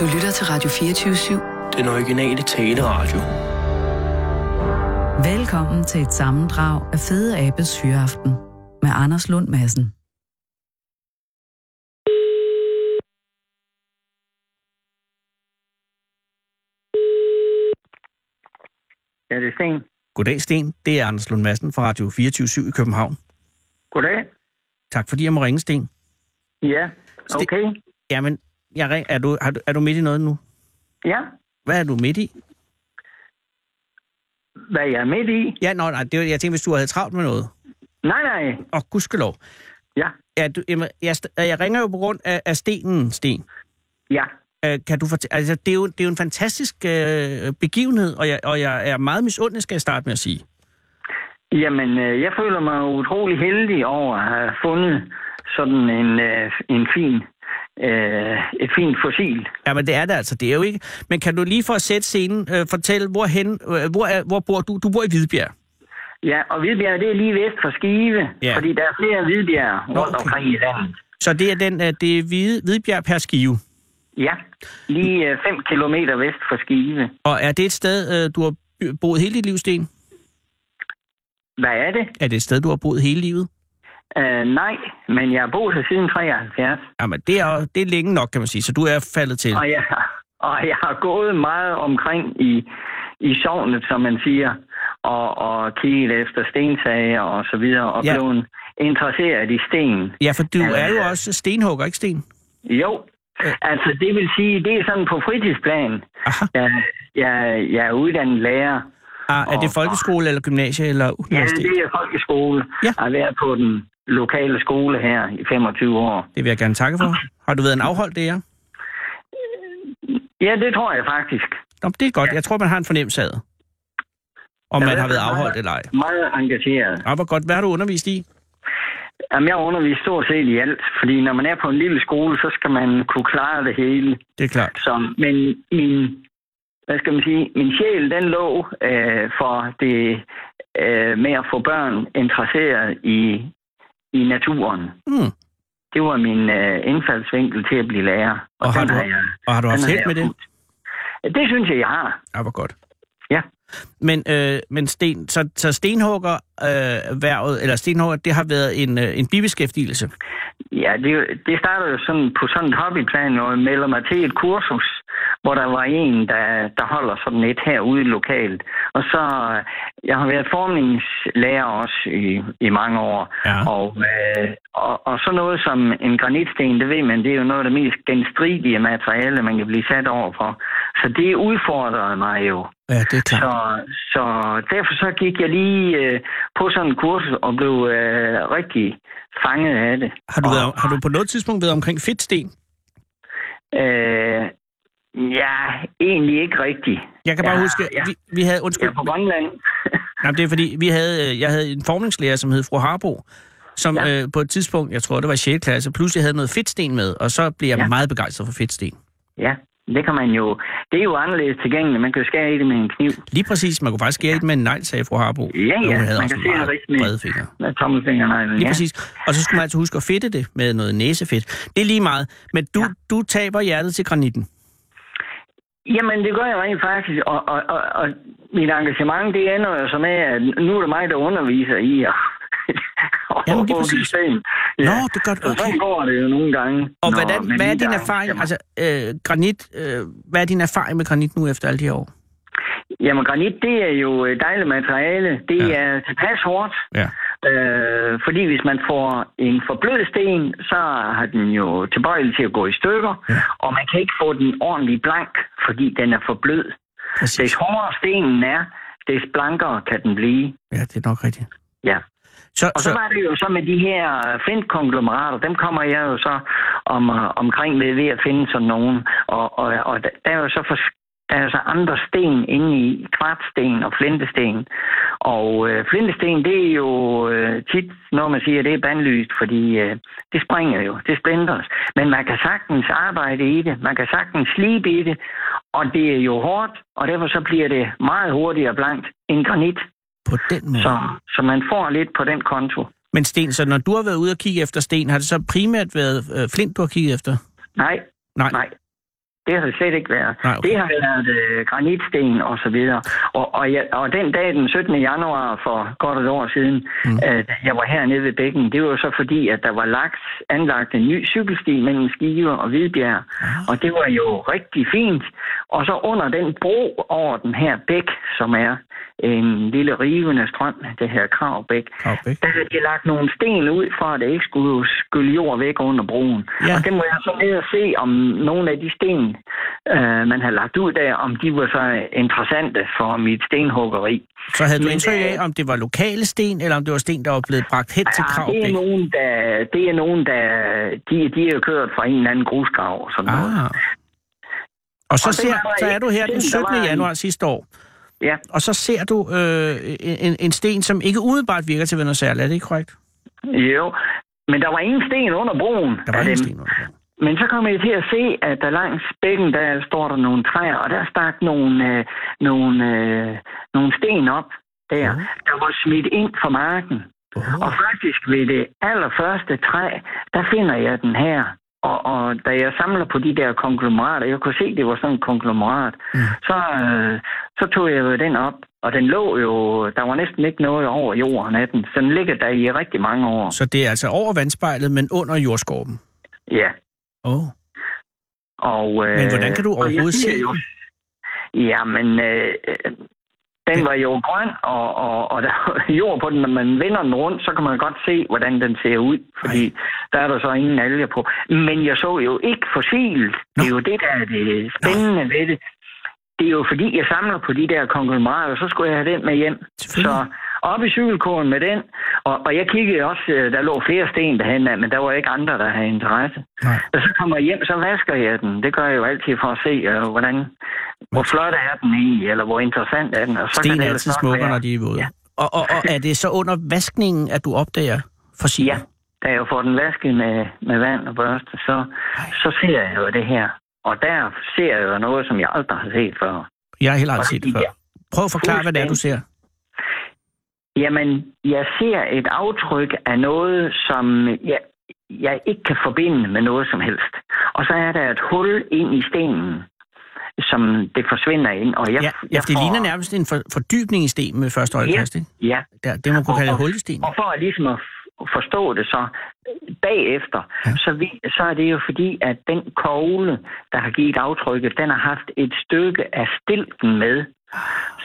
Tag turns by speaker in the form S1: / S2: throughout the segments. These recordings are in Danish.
S1: Du lytter til Radio 24-7.
S2: Den originale taleradio.
S1: Velkommen til et sammendrag af Fede Abes Hyreaften med Anders Lund Madsen.
S3: Ja, det er Sten.
S2: Goddag, Sten. Det er Anders Lund Madsen fra Radio 24 i København.
S3: Goddag.
S2: Tak fordi jeg må ringe, Sten.
S3: Ja,
S2: Sten-
S3: okay.
S2: Jamen, jeg ring, er, du, har du, er du midt i noget nu?
S3: Ja,
S2: Hvad er du midt i?
S3: hvad jeg er midt i?
S2: Ja, nå, nej, det var, jeg tænkte, hvis du havde travlt med noget.
S3: Nej, nej.
S2: Og gudskelov.
S3: Ja,
S2: Ja, du, jamen, jeg, st- jeg ringer jo på grund af, af stenen, Sten.
S3: ja.
S2: Øh, Kan du fortæ- altså, det, er jo, det er jo en fantastisk øh, begivenhed, og jeg, og jeg er meget misundelig, skal jeg starte med at sige.
S3: Jamen, øh, jeg føler mig utrolig heldig over at have fundet sådan en, øh, en fin, øh, et fint fossil.
S2: Ja, men det er det altså, det er jo ikke. Men kan du lige for at sætte scenen, øh, fortælle, hvorhen, øh, hvor, er, hvor bor du? Du bor i Hvidbjerg.
S3: Ja, og Hvidbjerg, det er lige vest for Skive,
S2: Ja.
S3: ja. fordi der er flere Hvidbjerg rundt
S2: okay.
S3: omkring i landet.
S2: Så det er, den, øh, det er Hvide, Hvidbjerg per skive.
S3: Ja, lige 5 kilometer vest for Skive.
S2: Og er det et sted, øh, du har by- boet hele dit liv, Sten?
S3: Hvad er det?
S2: Er det et sted, du har boet hele livet?
S3: Øh, nej, men jeg har boet her siden 73.
S2: Jamen, det er, jo- det er længe nok, kan man sige, så du er faldet til.
S3: Og jeg, og jeg har gået meget omkring i, i sovnet, som man siger, og, og kigget efter stensager og så videre, og
S2: Ja.
S3: ja. blevet interesseret i sten.
S2: Ja, for du
S3: Ja.
S2: er jo også stenhugger, ikke Sten?
S3: Jo, altså det vil sige, det er sådan på fritidsplan.
S2: Aha.
S3: Jeg, jeg, jeg er uddannet lærer.
S2: Ah, er det
S3: Og-
S2: folkeskole eller gymnasie eller
S3: Ja,
S2: universitet?
S3: det er folkeskole.
S2: Ja.
S3: Ja. Har været på den lokale skole her i 25 år.
S2: Det vil jeg gerne takke for. Har du været en afholdt det er?
S3: Ja, det tror jeg faktisk.
S2: Nå, men det er godt. Jeg tror, man har en fornemmelse af, det. om
S3: Ja,
S2: man
S3: det
S2: har været
S3: tror jeg.
S2: afholdt eller ej.
S3: Meget engageret.
S2: Ah, hvor godt. Hvad har du undervist i?
S3: Jamen, jeg underviser stort set i alt, fordi når man er på en lille skole, så skal man kunne klare det hele.
S2: Det er klart.
S3: Så, men min, hvad skal man sige, min sjæl, den lå øh, for det øh, med at få børn interesseret i, i naturen.
S2: Mm.
S3: Det var min øh, indfaldsvinkel til at blive lærer.
S2: Og har
S3: den
S2: du-
S3: har jeg,
S2: Og har du
S3: den
S2: haft
S3: har
S2: held
S3: jeg
S2: med det?
S3: fulgt. Det synes jeg, jeg har.
S2: Ja, hvor godt.
S3: Ja.
S2: Men, øh, men sten, så, så stenhugger, øh, været, eller stenhugger, det har været en, øh, en bibeskæftigelse.
S3: Ja, det, det starter jo sådan på sådan et hobbyplan, når jeg melder mig til et kursus, hvor der var en, der, der holder sådan et herude lokalt. Og så, øh, jeg har været formningslærer også i, i mange år.
S2: Ja.
S3: Og, øh, og, og så noget som en granitsten, det ved man, det er jo noget af det mest genstridige materiale, man kan blive sat over for. Så det udfordrede mig jo.
S2: Ja, det er klart.
S3: Så, så derfor så gik jeg lige øh, på sådan en kursus og blev øh, rigtig fanget af det.
S2: Har du, været, har du på noget tidspunkt været omkring fedtsten?
S3: Øh, ja, egentlig ikke rigtigt.
S2: Jeg kan bare
S3: Ja,
S2: huske,
S3: ja.
S2: vi, vi havde,
S3: Jeg
S2: undskyld,
S3: er på Grønland.
S2: Nej, men det er fordi, vi havde, øh, jeg havde en formningslærer, som hed fru Harbo, som ja.
S3: Ja.
S2: øh, på et tidspunkt, jeg tror det var 6. klasse, pludselig havde noget fedtsten med, og så blev jeg ja.
S3: Ja.
S2: meget begejstret for fedtsten.
S3: ja, det kan man jo. Det er jo anderledes tilgængeligt. Man kan jo skære i det med en kniv.
S2: Lige præcis, man kunne faktisk skære ja. et med en negl, sagde fru Harbo.
S3: ja,
S2: og hun havde
S3: man
S2: også
S3: kan se
S2: meget
S3: det rigtig.
S2: brede fingre.
S3: Med tommelfingerneglen,
S2: Lige ja.
S3: ja.
S2: præcis. Og så skulle man altså huske at fedte det med noget næsefedt. Det er lige meget. Men du, ja.
S3: Ja.
S2: du taber hjertet til granitten.
S3: Jamen, det gør jeg rent faktisk, og, og, og, og mit engagement, det ender jo så med, at nu er det mig, der underviser i at
S2: Jamen, lige
S3: at-
S2: præcis.
S3: system. Ja.
S2: Ja. Nå, det gør du.
S3: Så
S2: Okay.
S3: sådan går det jo nogle gange.
S2: Og
S3: når
S2: hvordan,
S3: man
S2: hvad er
S3: lige
S2: din
S3: er-
S2: erfaring,
S3: Jamen,
S2: altså øh, granit, øh, hvad er din erfaring med granit nu efter alle de her år?
S3: Jamen, granit, det er jo et dejligt materiale. Det
S2: Ja.
S3: ja. er tilpas hårdt,
S2: Ja.
S3: øh, fordi hvis man får en forblød sten, så har den jo tilbøjelig til at gå i stykker,
S2: Ja.
S3: ja. og man kan ikke få den ordentlig blank, fordi den er for blød.
S2: Præcis.
S3: Des hårdere stenen er, des blankere kan den blive.
S2: Ja, det er nok rigtigt.
S3: Ja.
S2: Så,
S3: Og så, var det jo så med de her flintkonglomerater, dem kommer jeg jo så om, øh, omkring ved, ved at finde sådan nogen. Og, og, og der der er jo så for, der er jo så andre sten inde i kvartsten og flintesten. Og øh, flintesten, det er jo øh, tit, når man siger, det er bandlyst, fordi øh, det springer jo, det splinters. Men man kan sagtens arbejde i det, man kan sagtens slibe i det, og det er jo hårdt, og derfor så bliver det meget hurtigere blankt end granit.
S2: på den måde.
S3: Så, så man får lidt på den konto.
S2: Men Sten, så når du har været ude og kigge efter Sten, har det så primært været øh, Flint, du har kigget efter?
S3: Nej,
S2: Nej.
S3: nej. Det har det slet ikke været.
S2: Nej, okay.
S3: Det har været øh, granitsten og så videre. Og, og, jeg, og den dag, den 17. januar for godt et år siden, mm. øh, jeg var hernede ved bækken, det var jo så fordi, at der var lagt, anlagt en ny cykelsti mellem Skive og Hvidbjerg. Ah. Og det var jo rigtig fint. Og så under den bro over den her bæk, som er en lille rivende strøm, det her Kravbæk,
S2: Kravbæk.
S3: der havde de lagt nogle sten ud, for at det ikke skulle skylle jord væk under broen.
S2: Ja.
S3: Ja. Og det må jeg så ned og se, om nogle af de sten, øh, man har lagt ud der, om de var så interessante for mit stenhuggeri.
S2: Så havde du
S3: Men,
S2: indtryk af,
S3: øh,
S2: om det var lokale sten, eller om det var sten, der var blevet bragt hen til
S3: Ah, det er
S2: Kravbæk?
S3: nogen, der, det er nogen, der de, de er jo kørt fra en eller anden grusgrav. og Sådan noget.
S2: Ah. Og så,
S3: Og den
S2: ser,
S3: var
S2: så er
S3: ikke
S2: du her den
S3: sten,
S2: 17.
S3: der var en-
S2: januar sidste år,
S3: Ja,
S2: og så ser du øh, en, en sten, som ikke umiddelbart virker til at være noget særligt. Er det ikke korrekt?
S3: jo. Men der var ingen sten under broen.
S2: Der var
S3: af
S2: ingen
S3: dem.
S2: sten under den.
S3: Men så kom jeg til at se, at der langs bækken, der står der nogle træer, og der stak nogle, øh, nogle, øh, nogle sten op der,
S2: Mhm.
S3: der var smidt ind fra marken. Og faktisk ved det allerførste træ, der finder jeg den her. Og, og da jeg samler på de der konglomerater, jeg kunne se, det var sådan en konglomerat,
S2: Mm.
S3: mm. så, øh, så tog jeg jo den op. Og den lå jo, der var næsten ikke noget over jorden af den. Så den ligger der i rigtig mange år.
S2: Så det er altså over vandspejlet, men under jordskorpen.
S3: Ja.
S2: Oh.
S3: Og, øh,
S2: Men hvordan kan du
S3: og jeg
S2: overhovedet
S3: siger
S2: se
S3: jo-
S2: den?
S3: Jamen, øh, øh, den var jo grøn, og, og, og der var jord på den. Når man vender den rundt, så kan man godt se, hvordan den ser ud, fordi Ej. der er der så ingen alger på. Men jeg så jo ikke fossilt. Det er jo det, der er det spændende ved det. Det er jo fordi, jeg samler på de der konglomerater, så skulle jeg have den med hjem. Så
S2: Selvfølgelig.
S3: op i cykelkåren med den, og, og jeg kiggede også, øh, der lå flere sten derhen af, men der var ikke andre, der havde interesse.
S2: Nej.
S3: Og så kommer jeg hjem, så vasker jeg den. Det gør jeg jo altid for at se, øh, hvordan, hvor flot er den egentlig, eller hvor interessant er den. Og så
S2: Sten er
S3: det
S2: altid
S3: ellers nok
S2: smukkere,
S3: være-
S2: når de er våde.
S3: Ja.
S2: Og, og, og er det så under vaskningen, at du opdager fossiler?
S3: Ja, da jeg får den vasket med, med vand og børste, så, så ser jeg jo det her. Og der ser jeg jo noget, som jeg aldrig har set før.
S2: Jeg har heller aldrig set det
S3: Fordi
S2: før. Prøv at forklare, hvad det er, du ser.
S3: Jamen, jeg ser et aftryk af noget, som jeg, jeg ikke kan forbinde med noget som helst. Og så er der et hul ind i stenen, som det forsvinder ind. Og jeg,
S2: Ja, ja, for det ligner nærmest en for, fordybning i sten med første øjekast, ikke?
S3: Ja,
S2: Der, det må man kunne kalde et
S3: Og-
S2: hul i sten.
S3: Og for at ligesom at f- forstå det så øh, bagefter, ja. så, vi, så er det jo fordi, at den kogle, der har givet aftrykket, den har haft et stykke af stilken med.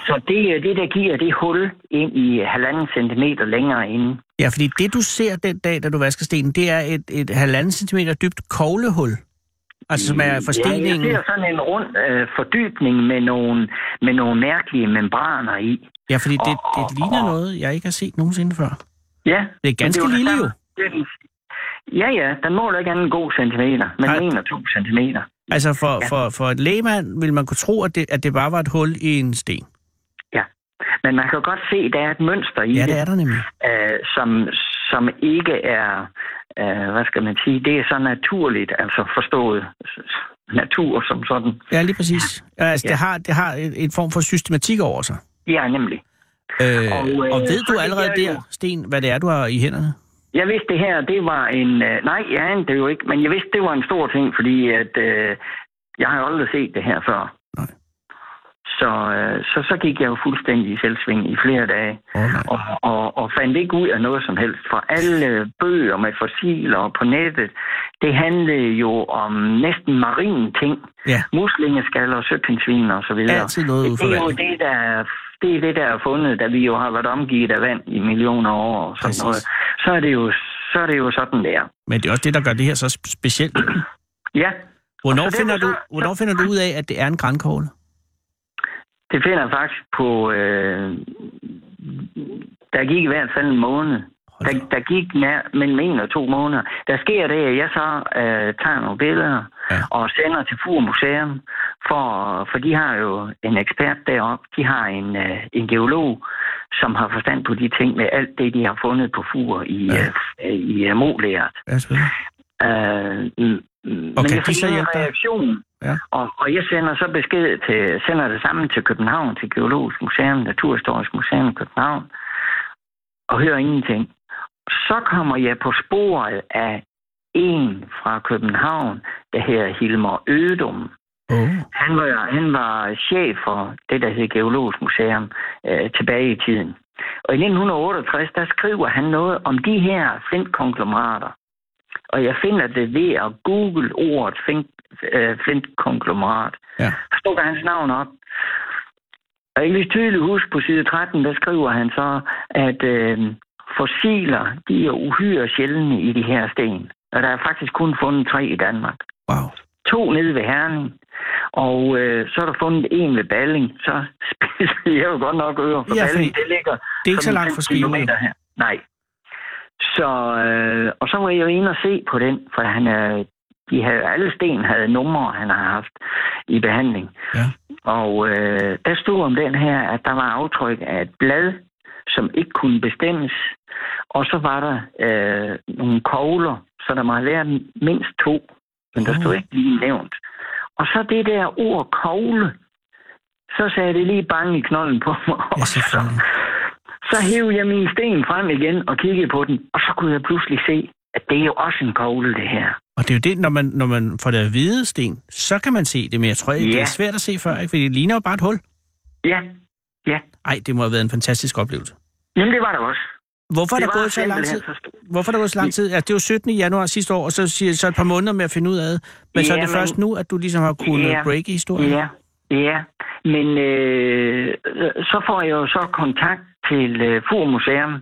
S3: Så det er det, der giver det hul ind i halvanden centimeter længere inde.
S2: Ja, fordi det, du ser den dag, da du vasker stenen, det er et, et halvanden centimeter dybt koglehul. Altså, som er
S3: Ja,
S2: forsteningen.
S3: jeg ser sådan en rund øh, fordybning med nogle, med nogle mærkelige membraner i.
S2: Ja, fordi det,
S3: Og-
S2: det ligner
S3: og-
S2: noget, jeg ikke har set nogensinde før.
S3: Ja.
S2: Det er ganske
S3: Men
S2: lille
S3: det var
S2: jo.
S3: det samme. Ja, ja, den måler ikke andet en god centimeter, men
S2: Nej.
S3: en og to centimeter.
S2: Altså, for,
S3: Ja.
S2: for, for et lægemand ville man kunne tro, at det, at det bare var et hul i en sten.
S3: Men man kan jo godt se, at der er et mønster i
S2: Ja, det
S3: det,
S2: er der nemlig.
S3: øh, som, som ikke er, øh, hvad skal man sige, det er så naturligt, altså forstået s- s- natur som sådan.
S2: Ja, lige præcis. Altså,
S3: Ja.
S2: det har, det har en, en form for systematik over sig.
S3: Ja, nemlig.
S2: Øh, og,
S3: Og, øh,
S2: og ved
S3: så
S2: du
S3: det
S2: allerede
S3: er jo-
S2: der, Sten, hvad det er, du har i hænderne?
S3: Jeg vidste det her, det var en... Øh, nej, jeg anede det jo ikke, men jeg vidste, det var en stor ting, fordi at, øh, jeg har jo aldrig set det her før.
S2: Nej.
S3: Så, øh, så, så gik jeg jo fuldstændig i selvsving i flere dage,
S2: Oh, nej.
S3: og, og, og fandt ikke ud af noget som helst. For alle bøger med fossiler på nettet, det handlede jo om næsten marine ting.
S2: Ja.
S3: Muslingeskaller, og søpindsvin og så videre.
S2: Altid noget
S3: det, det er jo
S2: uforvandt.
S3: det, der er- det er det, der er fundet, da vi jo har været omgivet af vand i millioner år og sådan
S2: Præcis.
S3: noget. Så er det jo, så er det jo sådan der.
S2: Men det er også det, der gør det her så specielt.
S3: Ja,
S2: Hvornår,
S3: Og så
S2: finder
S3: derfor
S2: du,
S3: så-
S2: hvornår finder du ud af, at det er en grænkogle?
S3: det finder jeg faktisk på... Øh, der gik i hvert fald en måned. Der,
S2: Hold da.
S3: der gik nær, mellem en og to måneder. Der sker det, at jeg så øh, tager nogle billeder
S2: Ja.
S3: ja. og sender til Fur Museum, for, for de har jo en ekspert deroppe. De har en, øh, en geolog, som har forstand på de ting med alt det, de har fundet på Fur i,
S2: Ja.
S3: ja. øh, i uh, Molæret.
S2: Ja, selvfølgelig.
S3: Øh, mm,
S2: Og
S3: men
S2: kan
S3: jeg
S2: de
S3: fik
S2: så
S3: ingen
S2: hjælpe dig?
S3: reaktion.
S2: Ja.
S3: Og, og jeg sender så besked til, sender det sammen til København, til Geologisk Museum, Naturhistorisk Museum i København, og hører ingenting. Så kommer jeg på sporet af en fra København, der hedder Hilmar Ødum,
S2: Oh.
S3: Han var, han var chef for det, der hed Geologisk Museum øh, tilbage i tiden. Og i 1968, der skriver han noget om de her flintkonglomerater. Og jeg finder det ved at google ordet flint, øh, flintkonglomerat.
S2: Ja.
S3: Så dukker hans navn op. Og jeg kan lige tydeligt huske på side 13, der skriver han så, at øh, fossiler, de er uhyre sjældne i de her sten. Og der er faktisk kun fundet tre i Danmark
S2: Wow.
S3: to nede ved Herning, og øh, så er der fundet en ved Balling. Så spiser jeg jo godt nok ører for
S2: Ja,
S3: ja,
S2: fordi
S3: Balling. Det ligger
S2: Det er ikke så
S3: sådan
S2: langt
S3: 5
S2: fra Skive.
S3: kilometer her. Nej. Så, øh, og så var jeg jo inde og se på den, for han, øh, de havde, alle sten havde numre, han har haft i behandling.
S2: Ja.
S3: Og øh, der stod om den her, at der var aftryk af et blad, som ikke kunne bestemmes. Og så var der øh, nogle kogler, så der må have været mindst to, men der stod
S2: Åh.
S3: ikke lige nævnt. Og så det der ord kogle, så sagde det lige bange i knolden på mig.
S2: Ja, selvfølgelig.
S3: Så hævde jeg min sten frem igen og kiggede på den, og så kunne jeg pludselig se, at det er jo også en kogle, det her.
S2: Og det er jo det, når man, når man får det at vide, Sten, så kan man se det, men jeg tror, ja. det
S3: Ja.
S2: er svært at se før, ikke? fordi det ligner jo bare et hul.
S3: Ja,
S2: Ej, det må have været en fantastisk oplevelse.
S3: jamen det var der også.
S2: Hvorfor er
S3: det
S2: der
S3: var
S2: gået så lang tid?
S3: simpelthen så stort.
S2: Hvorfor er der gået så lang tid? Altså, det er jo 17. januar sidste år, og så siger så et par måneder med at finde ud af det. Men så er det
S3: Jamen-
S2: først nu, at du ligesom har kunnet
S3: Ja.
S2: break i historien.
S3: Ja, ja. Men øh, så får jeg jo så kontakt til øh, Fur Museum.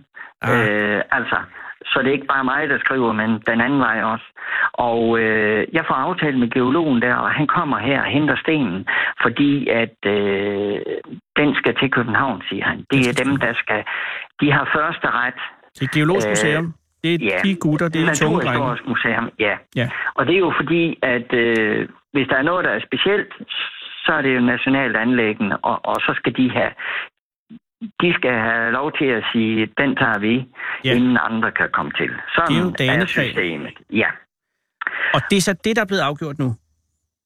S2: Ah.
S3: Øh, altså, så det er ikke bare mig, der skriver, men den anden vej også. Og øh, jeg får aftalt med geologen der, og han kommer her og henter stenen, fordi at øh, den skal til København, siger han. Det er dem, der skal... De har første ret
S2: Det er Geologisk
S3: Øh,
S2: Museum. Det er
S3: ja.
S2: de gutter, det er de tunge drenge.
S3: Naturhistorisk museum, ja.
S2: Ja.
S3: Og det er jo fordi, at øh, hvis der er noget, der er specielt, så er det jo nationalt anlæggende, og, og så skal de have de skal have lov til at sige, den tager vi,
S2: Ja.
S3: ja. inden andre kan komme til. Sådan
S2: Det er jo
S3: er
S2: danefag.
S3: systemet. Ja.
S2: Og det er så det, der er blevet afgjort nu.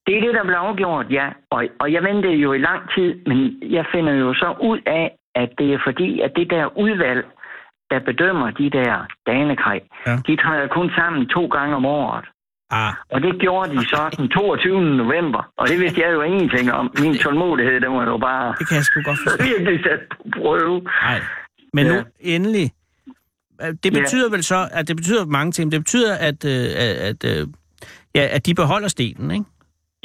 S3: Det er det, der blev afgjort, ja. Og, og jeg ventede jo i lang tid, men jeg finder jo så ud af, at det er fordi, at det der udvalg, der bedømmer de der danekræg,
S2: Ja.
S3: ja. de træder kun sammen to gange om året.
S2: Ah,
S3: Og det gjorde de så den 22. november. Og det vidste jeg jo ingenting om. Min tålmodighed, den var jo bare
S2: det kan jeg sgu godt forstå.
S3: virkelig sat på prøve.
S2: Nej. Men
S3: Ja.
S2: nu endelig. Øh, Det
S3: Ja.
S2: betyder vel så, at det betyder mange ting. Det betyder, at, øh, at, øh, ja, at de beholder stenen, ikke?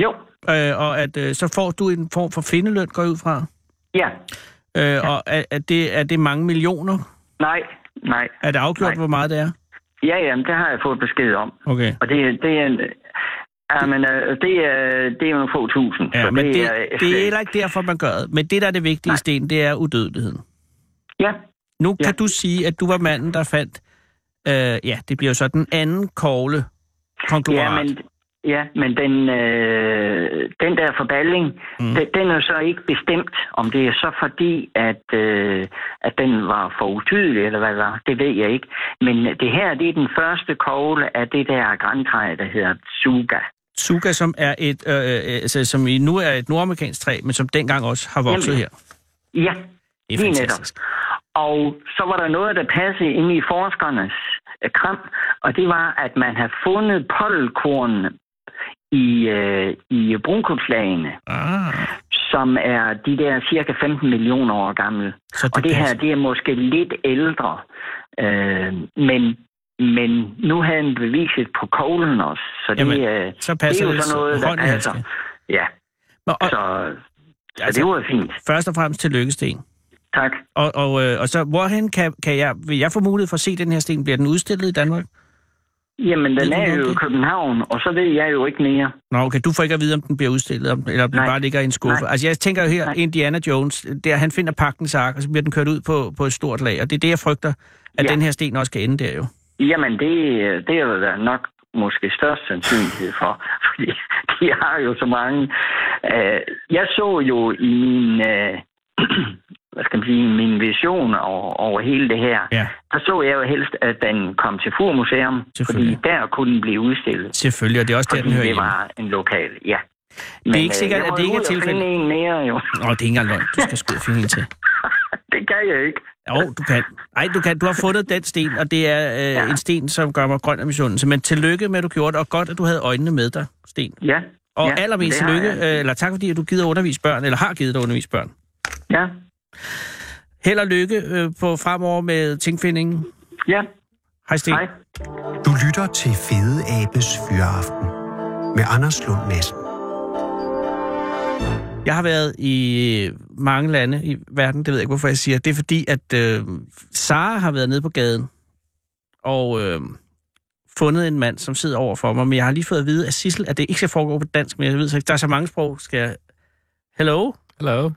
S3: Jo,
S2: Øh, og at øh, så får du en form for findeløn, går jeg ud fra.
S3: ja.
S2: Øh, Og er, er, det, er det mange millioner?
S3: Nej, nej.
S2: Er det afgjort,
S3: Nej.
S2: hvor meget det er?
S3: Ja, jamen, det har jeg fået besked om.
S2: Okay.
S3: Og det, det er en... Ja, men øh, det er, det er jo nogle få tusind.
S2: Ja,
S3: så
S2: men det, det,
S3: øh,
S2: det er heller ikke derfor, man gør det. Men det, der er det vigtige i sten, det er udødeligheden.
S3: Ja,
S2: Nu
S3: Ja.
S2: kan du sige, at du var manden, der fandt, øh, ja, det bliver jo så den anden kogle
S3: ja,
S2: konglomerat.
S3: men, ja, men den, øh, den der forballing,
S2: Mm.
S3: mm. den, den er jo så ikke bestemt, om det er så fordi, at, øh, at den var for utydelig, eller hvad det var. Det ved jeg ikke. Men det her, det er den første kogle af det der grantræ, der hedder Tsuga.
S2: Suga, som er et, øh, øh, altså, som i nu er et nordamerikansk træ, men som dengang også har vokset
S3: Jamen,
S2: her.
S3: Ja,
S2: Det er
S3: lige
S2: fantastisk.
S3: Og så var der noget, der passede ind i forskernes øh, kram, og det var, at man havde fundet pollenkornene i, øh, i brunkopslagene,
S2: Ah,
S3: som er de der cirka 15 millioner år gamle.
S2: så
S3: Og det her,
S2: passer.
S3: det er måske lidt ældre, øh, men, men nu havde han beviset på koglen også, så det,
S2: Jamen,
S3: Jamen, øh,
S2: så
S3: det
S2: passer
S3: er jo sådan noget, der
S2: hånd i
S3: passer.
S2: handske.
S3: Ja,
S2: Nå, Og,
S3: så, så
S2: altså,
S3: det var fint.
S2: Først og fremmest tillykke, Sten.
S3: Tak.
S2: Og, og, øh, og så, hvorhen kan, kan jeg, vil jeg få mulighed for at se den her sten? Bliver den udstillet i Danmark?
S3: Jamen, den
S2: Ved du
S3: er
S2: noget
S3: jo
S2: om
S3: i
S2: det?
S3: København, og så ved jeg jo ikke mere.
S2: Nå, okay, du får ikke at vide, om den bliver udstillet, om, eller om den
S3: Nej.
S2: bare ligger i en skuffe.
S3: Nej.
S2: Altså, jeg tænker jo her,
S3: Nej.
S2: Indiana Jones, der han finder pakkens ark, og så bliver den kørt ud på, på et stort lag, og det er det, jeg frygter, at
S3: Ja.
S2: den her sten også kan ende der jo.
S3: Jamen, det, det er jo da nok måske størst sandsynlighed for, fordi de har jo så mange. Øh, jeg så jo i min, øh, hvad skal man sige, min vision over, over hele det her,
S2: Ja,
S3: der så jeg jo helst, at den kom til Furmuseum, fordi
S2: Selvfølgelig.
S3: der kunne den blive udstillet,
S2: selvfølgelig, og det er også der, den
S3: fordi
S2: hører
S3: det
S2: hjemme.
S3: var en lokal, ja. øh,
S2: er ikke sikkert,
S3: jeg
S2: at
S3: må
S2: det ikke
S3: ud og
S2: er
S3: finde
S2: tilfældet.
S3: en mere, jo.
S2: Nå, det er ikke engang løgn. Du skal sgu ud og finde en til.
S3: Det kan jeg ikke.
S2: Jo, du kan. Nej, du kan. Du har fundet den sten, og det er øh, ja. en sten, som gør mig grøn af misundelse. Men tillykke med, at du gjorde det, og godt, at du havde øjnene med dig, Sten.
S3: Ja,
S2: Og
S3: Ja,
S2: ja, allermest
S3: det har
S2: lykke,
S3: jeg.
S2: øh, eller tak fordi at du gider undervise børn, eller har givet dig at undervise børn.
S3: Ja,
S2: Held og lykke øh, på fremover med tingfindingen.
S3: ja.
S2: Hej Sten.
S3: Hej.
S4: Du lytter til Fede Abes Fyraften med Anders Lund Madsen.
S2: Jeg har været i mange lande i verden, det ved jeg ikke, hvorfor jeg siger. Det er fordi, at øh, Sara har været nede på gaden og øh, fundet en mand, som sidder over for mig. Men jeg har lige fået at vide af Sissel, at det ikke skal foregå på dansk, men jeg ved så ikke, der er så mange sprog. Skal jeg... Hello?
S5: Hello.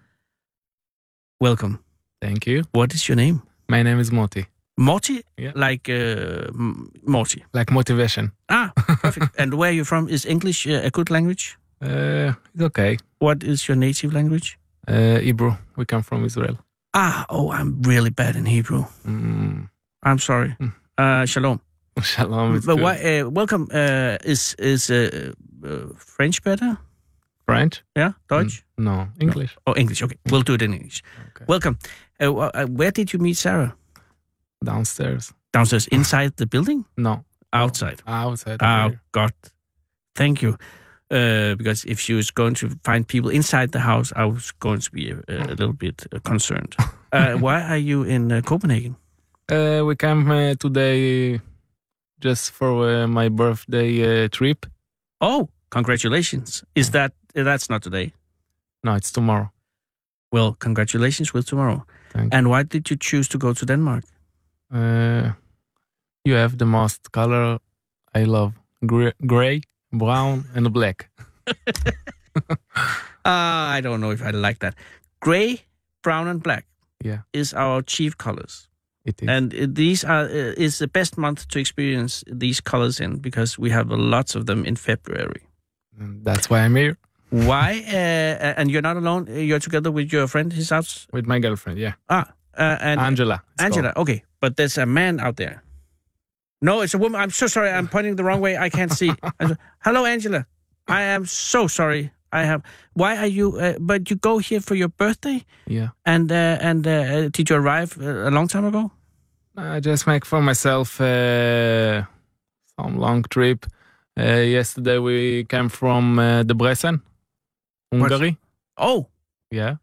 S2: Welcome.
S5: Thank you.
S2: What is your name?
S5: My name is Moti.
S2: Morty?
S5: Yeah.
S2: Like uh, M- Morty.
S5: Like motivation.
S2: Ah, perfect. and where are you from? Is English uh, a good language?
S5: Uh, it's okay.
S2: What is your native language?
S5: Uh, Hebrew. We come from Israel.
S2: Ah, oh, I'm really bad in Hebrew.
S5: Mm.
S2: I'm sorry.
S5: Mm.
S2: Uh, shalom.
S5: Shalom. It's
S2: But
S5: good.
S2: why, uh, welcome. Uh, is is uh, uh, French better?
S5: French? Mm,
S2: Yeah, Deutsch
S5: No. English.
S2: or English? Okay, we'll do it in English.
S5: Okay.
S2: Welcome. Uh, wh- uh, where did you meet Sarah?
S5: Downstairs.
S2: Downstairs, inside the building,
S5: No.
S2: outside.
S5: Outside.
S2: Oh
S5: here.
S2: God, thank you. Uh, because if she was going to find people inside the house, I was going to be a, a little bit uh, concerned. Uh, why are you in uh, Copenhagen?
S5: Uh, we came uh, today just for uh, my birthday uh, trip.
S2: Oh, congratulations! Is that uh, that's not today?
S5: No, it's tomorrow.
S2: Well, congratulations with tomorrow.
S5: Thank
S2: And why did you choose to go to Denmark?
S5: Uh, you have the most color I love. Gre- gray, brown, and black.
S2: Uh, I don't know if I like that. Gray, brown, and black.
S5: Yeah.
S2: is our chief colors,
S5: It is.
S2: and uh, these are uh, is the best month to experience these colors in because we have lots of them in February.
S5: And that's why I'm here
S2: Why? Uh, and you're not alone. You're together with your friend. He's out.
S5: with my girlfriend. Yeah.
S2: Ah, uh, and
S5: Angela. it's
S2: Angela. Okay, but there's a man out there. No, it's a woman. I'm so sorry. I'm pointing the wrong way. I can't see. I'm so- Hello, Angela. I am so sorry. I have. Why are you? Uh, but you go here for your birthday.
S5: called. Yeah.
S2: And uh, and uh, did you arrive uh, a long time ago?
S5: I just make for myself uh, some long trip. Uh, yesterday we came from uh, Debrecen, Hungary.
S2: Oh,
S5: Yeah,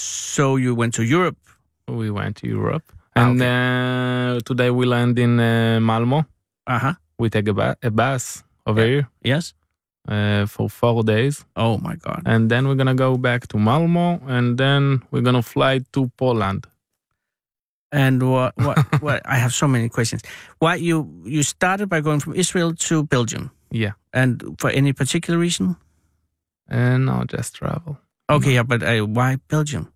S2: so you went to Europe?
S5: we went to Europe,
S2: Ah,
S5: and uh, today we land in uh, Malmo.
S2: Uh huh.
S5: We take a, ba- a bus over here
S2: Yes.
S5: uh, for four days,
S2: Oh my God.
S5: and then we're gonna go back to Malmo, and then we're gonna fly to Poland.
S2: And what? What? what I have so many questions. Why you you started by going from Israel to Belgium?
S5: Yeah,
S2: And for any particular reason?
S5: and now just travel.
S2: Okay, yeah, but uh, why Belgium?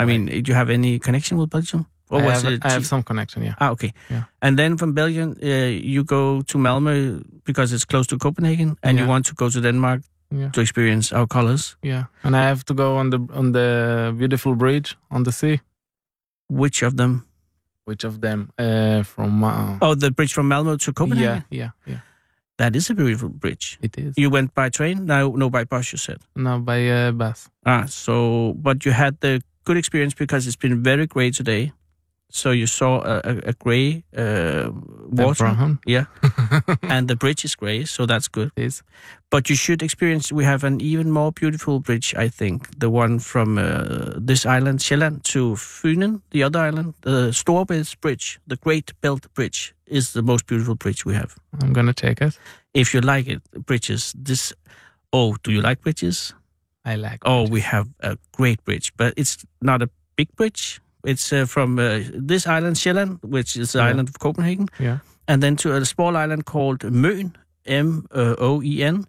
S2: I mean, do you have any connection with Belgium? Or
S5: I,
S2: was
S5: have,
S2: it?
S5: I have
S2: cheap?
S5: some connection. Yeah,
S2: ah, okay.
S5: Yeah.
S2: And then from Belgium, uh, you go to Malmo because it's close to Copenhagen, and you
S5: Yeah.
S2: want to go to Denmark
S5: yeah,
S2: to experience our colors.
S5: yeah. And I have to go on the on the beautiful bridge on the sea.
S2: Which of them?
S5: Which of them? Uh, from uh,
S2: Oh, the bridge from Malmo to Copenhagen.
S5: yeah, yeah, yeah.
S2: That is a beautiful bridge.
S5: It is
S2: You went by train? No, no, by bus. You said.
S5: no by uh, bus.
S2: Ah, so but you had the good experience because it's been very grey today. So you saw a, a, a grey uh,
S5: Then
S2: water.
S5: From home.
S2: Yeah.
S5: it
S2: and the bridge is grey, so that's good.
S5: is.
S2: But you should experience. We have an even more beautiful bridge, I think, the one from uh, this island, Sjælland, to Funen, the other island, the Storebælts Bridge, the Great Belt Bridge, is the most beautiful bridge we have.
S5: I'm gonna check it.
S2: If you like it, bridges. This, oh, do you like bridges?
S5: I like.
S2: Oh,
S5: it.
S2: we have a great bridge, but it's not a big bridge. It's uh, from uh, this island, Sjælland, which is the
S5: Yeah.
S2: island of Copenhagen,
S5: Yeah.
S2: and then to a small island called Møn, M uh, O E N,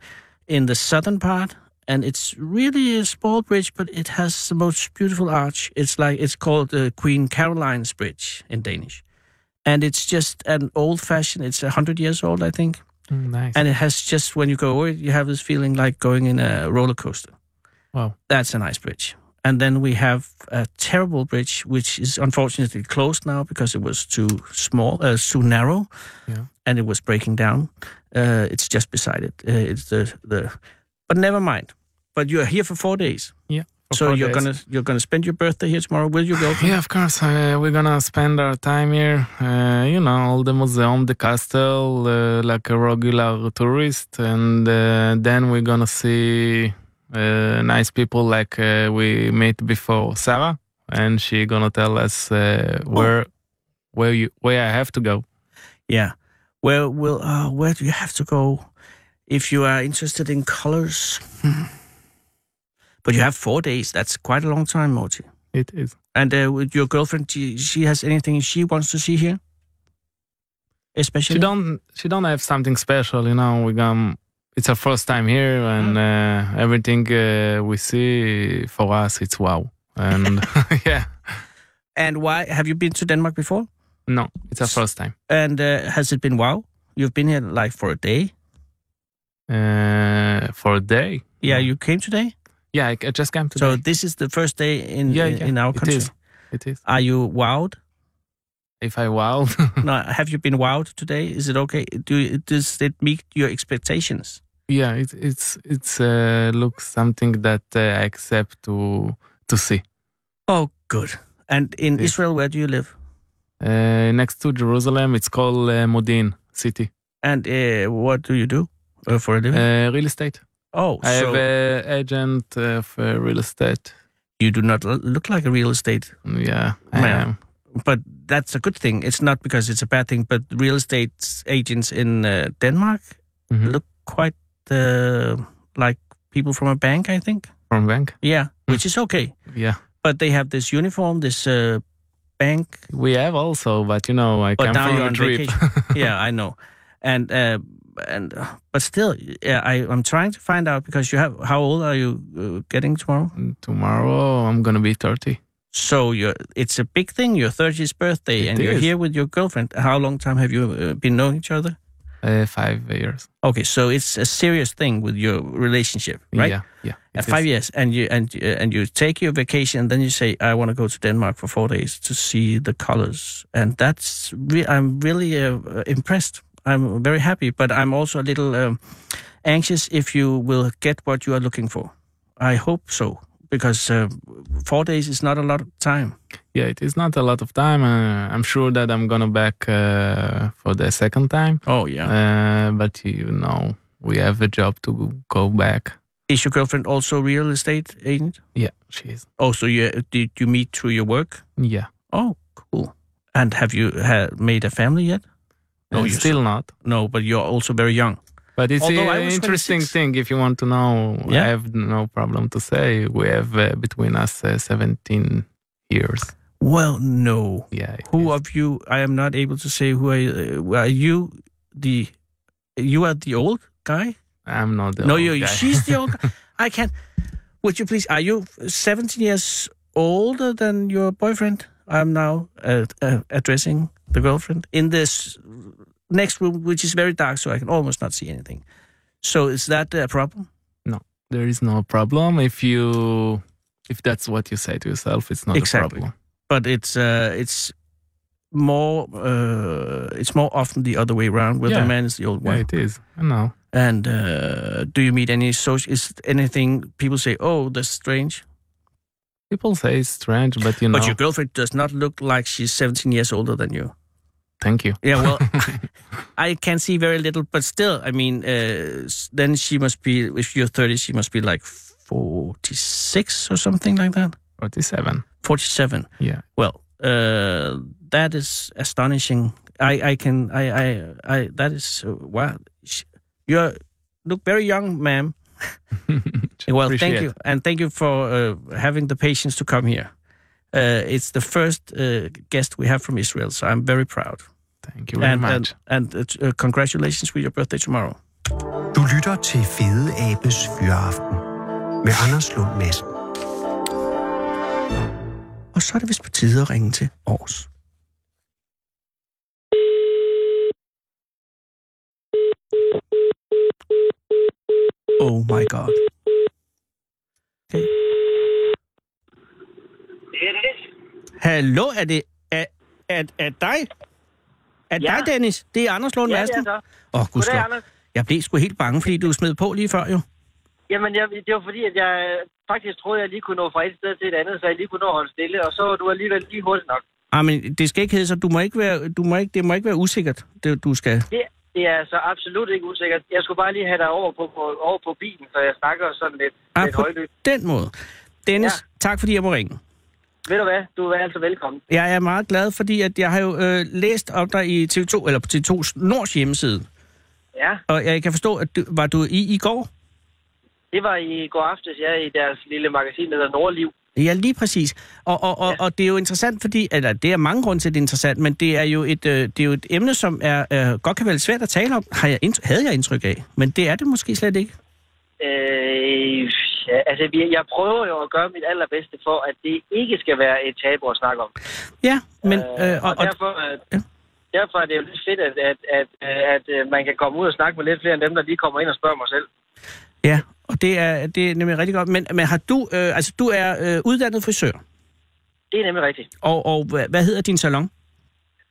S2: in the southern part. And it's really a small bridge, but it has the most beautiful arch. It's like it's called uh, Queen Caroline's Bridge in Danish, and it's just an old-fashioned. It's hundred years old, I think,
S5: Mm, nice.
S2: and it has just when you go over, it, you have this feeling like going in a roller coaster.
S5: wow.
S2: That's a nice bridge. And then we have a terrible bridge, which is unfortunately closed now because it was too small, uh, too narrow,
S5: Yeah.
S2: and it was breaking down. Uh, it's just beside it. Uh, it's the the, but never mind. But you are here for four days.
S5: Yeah. for
S2: so
S5: four
S2: you're
S5: days.
S2: gonna you're gonna spend your birthday here tomorrow. Will you go?
S5: Yeah, of course. Uh, we're gonna spend our time here. Uh, you know, all the museum, the castle, uh, like a regular tourist, and uh, then we're gonna see uh, nice people like uh, we met before, Sarah, and she gonna tell us uh, where where you where I have to go.
S2: Yeah. Where will uh, where do you have to go if you are interested in colors?
S5: Hmm.
S2: but you have four days. That's quite a long time, Moti.
S5: It is.
S2: And uh, with your girlfriend, she, she has anything she wants to see here, especially.
S5: She don't she don't have something special, you know. We come. It's her first time here, and uh, everything uh, we see for us, it's wow. And yeah,
S2: And why have you been to Denmark before?
S5: no, it's her first time.
S2: And uh, has it been wow? You've been here like for a day.
S5: uh, for a day.
S2: Yeah,
S5: Mm.
S2: you came today.
S5: Yeah, I, I just came today.
S2: So this is the first day in
S5: yeah,
S2: in,
S5: yeah,
S2: our
S5: it
S2: country.
S5: is. It is.
S2: Are you wowed?
S5: If I wild,
S2: no, have you been wowed today? Is it okay? Do does it meet your expectations?
S5: yeah, it, it's it's uh, looks something that uh, I accept to to see
S2: Oh, good. And in
S5: Yeah.
S2: Israel, where do you live?
S5: uh, next to Jerusalem. It's called uh, Modin City.
S2: And uh, what do you do uh, for a living?
S5: Uh, real estate.
S2: oh,
S5: I
S2: so
S5: have uh, an agent of uh, real estate.
S2: you do not l- look like a real estate,
S5: Yeah, I
S2: Yeah.
S5: am.
S2: but that's a good thing. It's not because it's a bad thing, but real estate agents in uh, Denmark
S5: Mhm.
S2: look quite uh, like people from a bank, I think.
S5: from bank.
S2: Yeah, which
S5: Hmm.
S2: is okay.
S5: Yeah,
S2: But they have this uniform, this uh, bank
S5: we have also, but you know, I
S2: But
S5: come
S2: now
S5: from
S2: you're
S5: a
S2: on
S5: trip.
S2: yeah, I know, and uh, and uh, but still, yeah, I I'm trying to find out because you have how old are you uh, getting tomorrow?
S5: Tomorrow I'm gonna be thirty.
S2: So you're it's a big thing, your 30th birthday,
S5: It
S2: and you're
S5: is.
S2: here with your girlfriend. How long time have you uh, been knowing each other?
S5: Uh, five years.
S2: Okay, so it's a serious thing with your relationship, right?
S5: Yeah, yeah.
S2: At
S5: it is.
S2: five years, and you and uh, and you take your vacation, and then you say, "I want to go to Denmark for four days to see the colors," and that's re- I'm really uh, uh, impressed. I'm very happy, but I'm also a little um, anxious if you will get what you are looking for. I hope so, because uh, four days is not a lot of time.
S5: yeah, it is not a lot of time. Uh, I'm sure that I'm gonna back uh, for the second time.
S2: Oh yeah.
S5: Uh, but you know, we have a job to go back.
S2: Is your girlfriend also real estate agent?
S5: Yeah, she's.
S2: Oh, so you did you meet through your work?
S5: Yeah,
S2: Oh, cool. And have you ha- made a family yet? No,
S5: Uh,
S2: Oh, you
S5: still not.
S2: No, but you're also very young.
S5: But it's
S2: Although I
S5: an
S2: was
S5: interesting
S2: 26.
S5: thing. If you want to know,
S2: Yeah.
S5: I have no problem to say we have uh, between us uh, 17 years.
S2: Well, no.
S5: Yeah. it
S2: Who
S5: is.
S2: of you? I am not able to say who I. Uh, are you the? You are the old guy.
S5: I'm not. The
S2: no,
S5: old
S2: you.
S5: guy.
S2: She's the old. guy. I can't. Would you please? Are you seventeen years older than your boyfriend? I'm now uh, uh, addressing the girlfriend in this next room, which is very dark, so I can almost not see anything. So is that a problem?
S5: there is no problem if you if that's what you say to yourself. It's not
S2: Exactly.
S5: a problem.
S2: But it's uh, it's more uh, it's more often the other way around, where
S5: Yeah.
S2: the man is the old one.
S5: Yeah, it is. I know.
S2: And uh, do you meet any social? Is anything people say? Oh, that's strange.
S5: People say it's strange, but you know.
S2: But your girlfriend does not look like she's 17 years older than you.
S5: Thank you.
S2: Yeah, well, I can see very little, but still, I mean, uh, s- then she must be. If you're 30, she must be like 46 or something like that.
S5: 47.
S2: 47.
S5: Yeah.
S2: Well, uh, that is astonishing. I, I can I I I that is uh, wow. You look very young, ma'am. Well, thank
S5: Appreciate.
S2: you, and thank you for uh, having the patience to come here. Uh, it's the first uh, guest we have from Israel, so I'm very proud.
S5: Thank you very
S2: and,
S5: much.
S2: and and uh, t- uh, congratulations with your birthday tomorrow.
S4: Du lytter til Fede Abes Fyraften med Anders Lund Madsen.
S2: Og så er det vist på tide at ringe til Aarhus. Oh my god. Okay.
S3: Dennis?
S2: Hallo, er det er, er, er dig? Er
S3: Ja.
S2: dig, Dennis? Det er Anders Lund
S3: Ja,
S2: Madsen.
S3: ja, så.
S2: Åh, oh,
S3: Goddag,
S2: gudslov.
S3: Anders.
S2: Jeg blev sgu helt bange, fordi du smed på lige før, jo.
S6: Jamen, jeg, det var fordi, at jeg øh, faktisk troede, at jeg lige kunne nå fra et sted til et andet, så jeg lige kunne nå at holde stille, og så var du alligevel lige hurtigt nok.
S2: Ah, men det skal ikke hedde så. Du må ikke være, du må ikke, det må ikke være usikkert, det du skal.
S6: Det, det er altså absolut ikke usikkert. Jeg skulle bare lige have dig over på, på, over på bilen, så jeg snakker sådan lidt, ah,
S2: Ah,
S6: lidt
S2: på
S6: højlydt.
S2: den måde. Dennis,
S6: Ja.
S2: ja. tak fordi jeg må ringe.
S6: Ved du hvad? Du er altså velkommen.
S2: Jeg er meget glad, fordi at jeg har jo øh, læst om dig i TV2, eller på TV2 Nords hjemmeside.
S6: Ja,
S2: Og jeg kan forstå, at du, var du i i går?
S6: det var i går aftes, ja, i deres lille magasin, der hedder Nordliv.
S2: Ja, lige præcis. Og, og, og, og det er jo interessant, fordi, eller det er mange grunde til, at det er interessant, men det er jo et, øh, det er jo et emne, som er øh, godt kan være lidt svært at tale om, har jeg indtryk, havde jeg indtryk af. Men det er det måske slet ikke.
S6: Øh, ja, altså, vi- jeg prøver jo at gøre mit allerbedste for, at det ikke skal være et tabu at snakke om.
S2: Ja, men... Øh,
S6: og,
S2: og, og,
S6: derfor, øh,
S2: ja.
S6: derfor er det jo lidt fedt, at, at, at, øh, at øh, man kan komme ud og snakke med lidt flere end dem, der lige kommer ind og spørger mig selv.
S2: ja, og det er, det er nemlig rigtig godt. Men, men har du... Øh, altså, du er øh, uddannet frisør,
S6: Det er nemlig rigtigt.
S2: og, og hvad, hvad hedder din salon?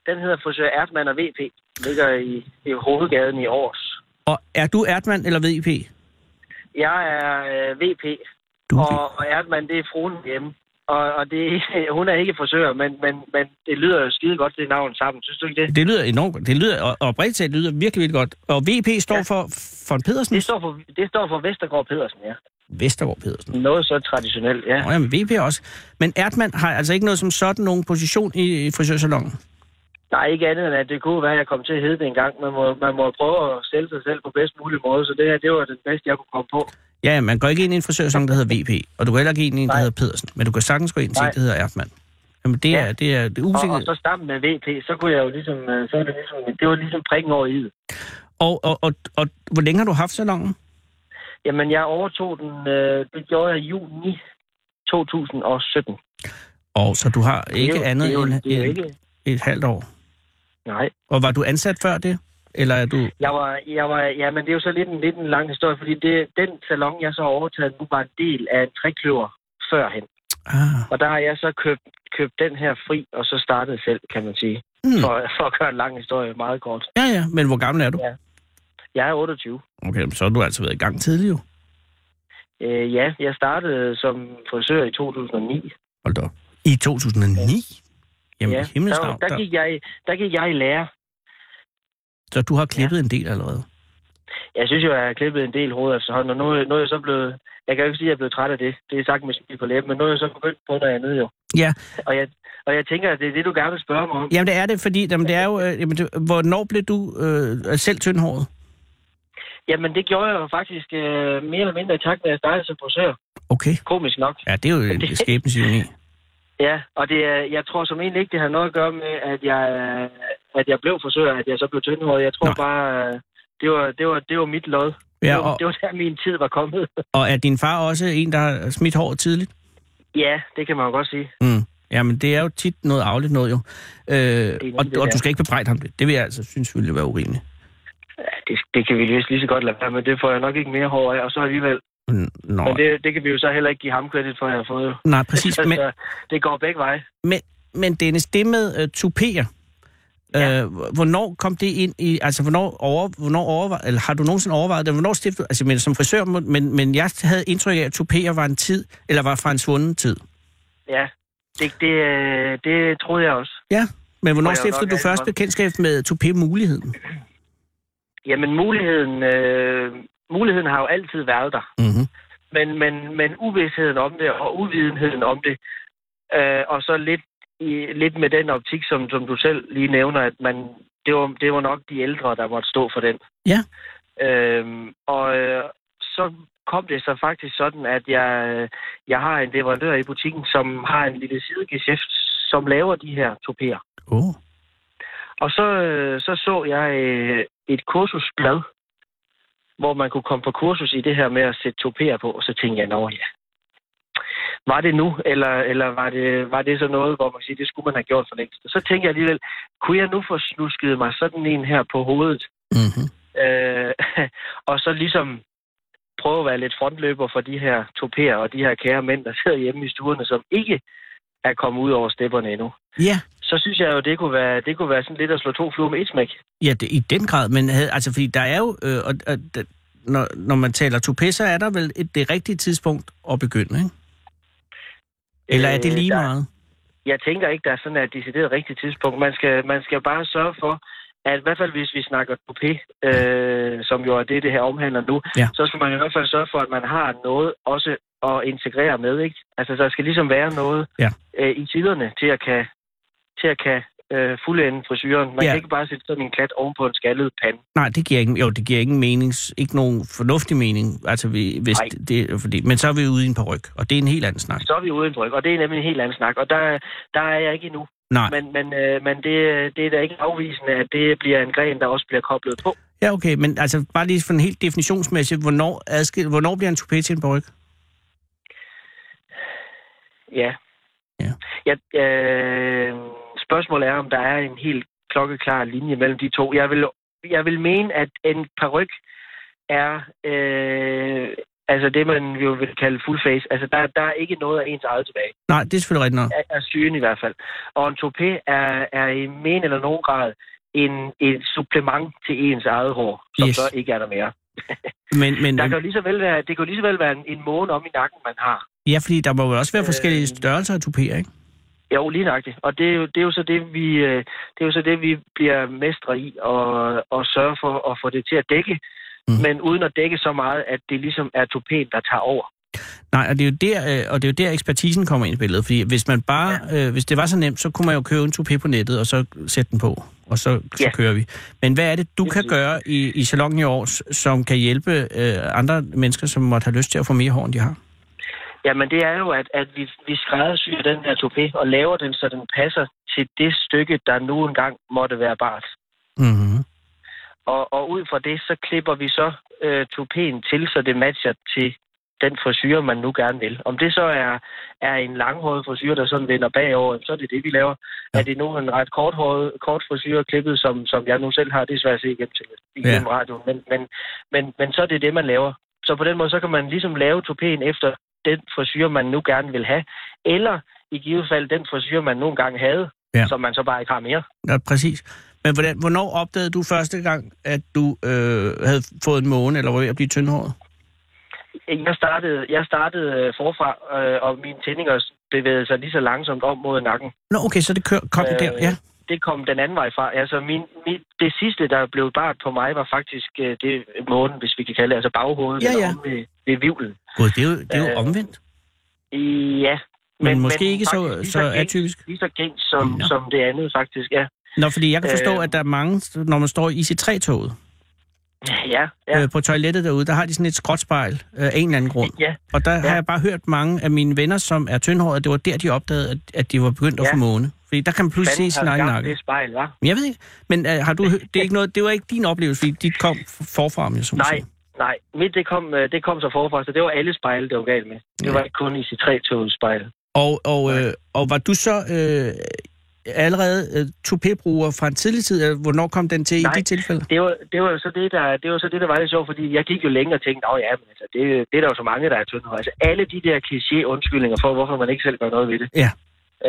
S6: Den hedder Frisør Ertmann og VP. Ligger i, i hovedgaden i Aarhus.
S2: Og er du Ertmann eller VP?
S6: Jeg er øh, VP,
S2: Du er
S6: og, og Ertmann, det er fruen hjemme. Og, og det, hun er ikke frisør, men, men, men det lyder jo skide godt, det navn sammen. Synes du ikke det?
S2: Det lyder enormt godt. Det lyder, og, og bredt set lyder virkelig, virkelig godt. Og VP står ja.
S6: Ja.
S2: for, for Pedersen?
S6: Det står for, det står for Vestergaard Pedersen, ja.
S2: Vestergaard Pedersen.
S6: Noget så traditionelt, ja.
S2: Nå, jamen, VP også. Men Ertmann har altså ikke noget som sådan nogen position i, i frisørsalongen.
S6: Nej, ikke andet end, at det kunne være, at jeg kom til at hedde det engang. Man må, man må prøve at sælge sig selv på bedst mulig måde, så det her, det var den bedste, jeg kunne komme på.
S2: Ja, ja, man går ikke ind i en frisørsalon, der hedder VP, og du går heller ikke ind i en, der
S6: Nej.
S2: hedder Pedersen, men du kan sagtens gå ind til en,
S6: Nej.
S2: der hedder Ertmann. Jamen, det er,
S6: Ja.
S2: det er, det er
S6: Og, og
S2: usikkert.
S6: så sammen med VP, så kunne jeg jo ligesom, øh, så var det ligesom, det var ligesom prikken over i det.
S2: Og, og, og, og, hvor længe har du haft salongen?
S6: Jamen, jeg overtog den, øh, det gjorde jeg i juni 2017.
S2: Og så du har ikke
S6: det er jo,
S2: andet
S6: det er jo,
S2: end
S6: det er jo
S2: et,
S6: ikke,
S2: et halvt år.
S6: Nej,
S2: Og var du ansat før det? Eller er du...
S6: jeg var, jeg var, ja, men det er jo så lidt en, lidt en lang historie, fordi det, den salon, jeg så overtaget nu, var en del af en trækløver førhen.
S2: Ah.
S6: Og der har jeg så købt, købt den her fri, og så startet selv, kan man sige.
S2: Mm.
S6: For, for at gøre en lang historie meget kort.
S2: Ja, ja, men hvor gammel er du?
S6: Ja. Jeg er 28.
S2: Okay, så har du altså været i gang tidligt jo.
S6: Øh, ja, jeg startede som frisør i 2009.
S2: Hold da op. I 2009? Jamen,
S6: ja,
S2: ja, himmelens
S6: der,
S2: navn.
S6: der, gik jeg, i- der gik jeg i lære.
S2: Så du har klippet ja. en del allerede?
S6: Jeg synes jo, jeg har klippet en del hoveder efterhånden, og nu, nu er jeg så blevet... Jeg kan jo ikke sige, at jeg er blevet træt af det. Det er sagt med smil på læben, men nu er jeg så begyndt på noget andet jo.
S2: Ja.
S6: Og jeg, og jeg tænker, at det er det, du gerne vil spørge mig om.
S2: Jamen, det er det, fordi jamen, det er jo... Øh, jamen, det, hvornår blev du øh, selv tyndhåret?
S6: Jamen, det gjorde jeg jo faktisk øh, mere eller mindre i takt med, at jeg startede som frisør.
S2: Okay.
S6: Komisk nok.
S2: Ja, det er jo en skæbens ironi.
S6: Ja, og det, er- jeg tror som egentlig ikke, det har noget at gøre med, at jeg, at jeg blev frisør, at jeg så blev tyndhåret. Jeg tror
S2: Nej.
S6: Nej. bare, øh, det var, det, var, det var mit lod.
S2: Ja,
S6: det, var,
S2: og,
S6: det var der, min tid var kommet.
S2: og er din far også en, der har smidt håret tidligt?
S6: ja, det kan man jo godt sige.
S2: Mm. Jamen, det er jo tit noget afligt noget, jo. Øh,
S6: nemlig
S2: og,
S6: det
S2: og
S6: der.
S2: du skal ikke bebrejde ham det. Det vil jeg altså synes ville være urimeligt.
S6: Ja, det, det kan vi vist lige så godt lade være med. Det får jeg nok ikke mere hår af, og så alligevel.
S2: Mm, Nå,
S6: Men det, det kan vi jo så heller ikke give ham kredit for, at jeg har fået. jo.
S2: nej, præcis. Men,
S6: altså, det går begge veje.
S2: men, men Dennis, det med øh, tupéer,
S6: Ja.
S2: øh, hvornår kom det ind i, altså hvornår, over, hvornår overvej, eller har du nogensinde overvejet det, hvornår stiftede, altså men, som frisør, må- men, men jeg havde indtryk af, at tupéer var en tid, eller var fra en svunden tid.
S6: Ja, det, det, øh, det troede jeg også.
S2: Ja, men
S6: Tror
S2: hvornår
S6: jeg
S2: stiftede
S6: nok
S2: du
S6: alt
S2: først
S6: for.
S2: bekendtskab med toupé-muligheden?
S6: Jamen, muligheden, øh, muligheden har jo altid været der.
S2: Mm-hmm.
S6: men, men, men uvidsheden om det og uvidenheden om det, øh, og så lidt, i, lidt med den optik, som, som du selv lige nævner, at man, det, var, det var nok de ældre, der måtte stå for den.
S2: Ja.
S6: Øhm, og øh, så kom det så faktisk sådan, at jeg, jeg har en leverandør i butikken, som har en lille sidegeschæft, som laver de her topier.
S2: Oh.
S6: Og så, øh, så så jeg øh, et kursusblad, hvor man kunne komme på kursus i det her med at sætte topéer på, og så tænkte jeg, nå ja, var det nu, eller, eller var, det, var det så noget, hvor man siger, det skulle man have gjort for længst. Og så tænkte jeg alligevel, kunne jeg nu få snusket mig sådan en her på hovedet,
S2: Mm-hmm.
S6: øh, og så ligesom prøve at være lidt frontløber for de her topéer og de her kære mænd, der sidder hjemme i stuerne, som ikke er kommet ud over stepperne endnu.
S2: Ja,
S6: Så synes jeg jo, det kunne være, det kunne være sådan lidt at slå to fluer med et smæk.
S2: ja det, i den grad, men havde, altså fordi der er jo, øh, og, og, der- når, når man taler toupé, så er der vel et, det rigtige tidspunkt at begynde, ikke? Eller er det
S6: Øh,
S2: lige
S6: der-
S2: meget?
S6: jeg tænker ikke, der er sådan et decideret rigtigt tidspunkt. Man skal, man skal bare sørge for, at i hvert fald hvis vi snakker coupé, øh, som jo er det, det her omhandler nu,
S2: Ja.
S6: så skal man i hvert fald sørge for, at man har noget også at integrere med. Ikke? Altså, der skal ligesom være noget
S2: Ja.
S6: øh, i tiderne til at kan, til at kan øh, fuldende frisyren. Man
S2: Ja.
S6: ja. kan ikke bare sætte sådan en klat ovenpå en skaldet pande.
S2: Nej, det giver ikke, jo, det giver ikke, mening, ikke nogen fornuftig mening, altså vi, hvis
S6: Nej.
S2: det, det, er fordi, men så er vi ude i en peruk, og det er en helt anden snak.
S6: Så er vi uden ryg, og det er nemlig en helt anden snak. Og der, der er jeg ikke endnu.
S2: Nej,
S6: Men, men, øh, men det, det er da ikke afvisende, at det bliver en gren, der også bliver koblet på.
S2: ja okay, men altså bare lige for en helt definitionsmæssig, hvornår, adskil, hvornår bliver en toupé til en peruk?
S6: Ja.
S2: Ja.
S6: ja øh, spørgsmålet er, om der er en helt klokkeklar linje mellem de to. Jeg vil, jeg vil mene, at en peruk er øh, altså det, man jo vil kalde full face. Altså, der, der er ikke noget af ens eget tilbage.
S2: Nej, det er selvfølgelig rigtigt nok.
S6: Af, af sygen i hvert fald. Og en toupé er, er i men eller nogen grad en, et supplement til ens eget hår,
S2: Yes.
S6: som yes. så ikke er der mere.
S2: Men, men,
S6: Der kan jo lige så vel være, det kan jo lige så vel være en, en måne om i nakken, man har.
S2: ja, fordi der må jo også være
S6: Øh,
S2: forskellige størrelser af toupéer, ikke?
S6: Jo, lige nøjagtigt. Og det er jo, det er jo så det, vi, øh, det er jo så det, vi bliver mestre i, og, og sørge for at få det til at dække.
S2: Mm.
S6: Mm. Men uden at dække så meget, at det ligesom er topæn, der tager over.
S2: Nej, og det er jo der, øh, og det er jo der ekspertisen kommer ind i billedet, fordi hvis man bare, øh, hvis det var så nemt, så kunne man jo købe en toupé på nettet, og så sætte den på, og så, så
S6: Ja.
S2: kører vi. Men hvad er det, du
S6: Lige
S2: kan
S6: præcis.
S2: gøre i, i salongen i år, s- som kan hjælpe øh, andre mennesker, som måtte have lyst til at få mere hår, end de har?
S6: Jamen det er jo, at, at vi, vi skræddersyr den her topé og laver den, så den passer til det stykke, der nu engang måtte være bart.
S2: Mm-hmm.
S6: Og, og ud fra det, så klipper vi så øh, topæen til, så det matcher til den frisyr, man nu gerne vil. Om det så er, er en langhåret frisyr, der sådan vender bagover, så er det det, vi
S2: Ja.
S6: laver. Ja. Er det nu en ret korthåret, kort frisyr klippet, som, som jeg nu selv har, det er svært at se igennem, til, igennem ja. radioen, men, men, men, men så er det det, man laver. Så på den måde, så kan man ligesom lave topæen efter den frisyr, man nu gerne vil have, eller i givet fald den frisyr, man nogle gange havde,
S2: Ja.
S6: ja. som man så bare ikke har mere.
S2: Ja, præcis. Men hvordan, hvornår opdagede du første gang, at du øh, havde fået en måne, eller var ved at blive tyndhåret?
S6: Jeg startede, jeg startede øh, forfra, øh, og mine tændinger bevægede sig lige så langsomt om mod nakken.
S2: Nå, okay, så det kør, kom øh,
S6: Øh,
S2: der, ja.
S6: Det kom den anden vej fra. Altså, min, min, det sidste, der blev bart på mig, var faktisk øh, det månen, hvis vi kan kalde det, altså baghovedet
S2: Ja,
S6: eller
S2: ja.
S6: omme ved, ved vivlen.
S2: Gud, det er jo, det er jo
S6: øh,
S2: omvendt.
S6: Ja.
S2: Men, men måske ikke så,
S6: faktisk lige
S2: så
S6: gængs-
S2: atypisk.
S6: Lige så gængs som,
S2: Nå.
S6: som det andet, faktisk, ja.
S2: Nå, fordi jeg kan forstå, øh,
S6: Øh,
S2: at der er mange, når man står i IC3-toget
S6: Ja, ja.
S2: ja. øh, på toilettet derude, der har de sådan et skråtspejl øh, af en eller anden grund.
S6: ja.
S2: Og der ja. har
S6: Ja.
S2: jeg bare hørt mange af mine venner, som er tyndhårede, at det var der, de opdagede, at, at de var begyndt at
S6: Ja.
S2: få måne. Fordi der kan man pludselig
S6: Fanden
S2: se
S6: har
S2: sin egen
S6: skabt
S2: nakke.
S6: Det spejl, hva'?
S2: Men Jeg ved ikke, men øh, har du hø- det er ikke noget, det var ikke din oplevelse, fordi dit kom f- forfra, om jeg så må
S6: Nej,
S2: sige.
S6: nej. Mit, det kom, øh, det kom så forfra, så det var alle spejle, det var galt med. Det
S2: Ja.
S6: var ikke kun i C3-togets spejl.
S2: Og, og, øh, og var du så øh, allerede øh, toupé-bruger fra en tidlig tid? Eller Hvornår kom den til i
S6: Nej.
S2: de tilfælde?
S6: det var, det var jo så det, der, det var så det, der var lidt sjovt, fordi jeg gik jo længe og tænkte, at ja, men altså, det, det er der jo så mange, der er tyndhåret. Altså alle de der kliché-undskyldninger for, hvorfor man ikke selv gør noget ved det.
S2: Ja.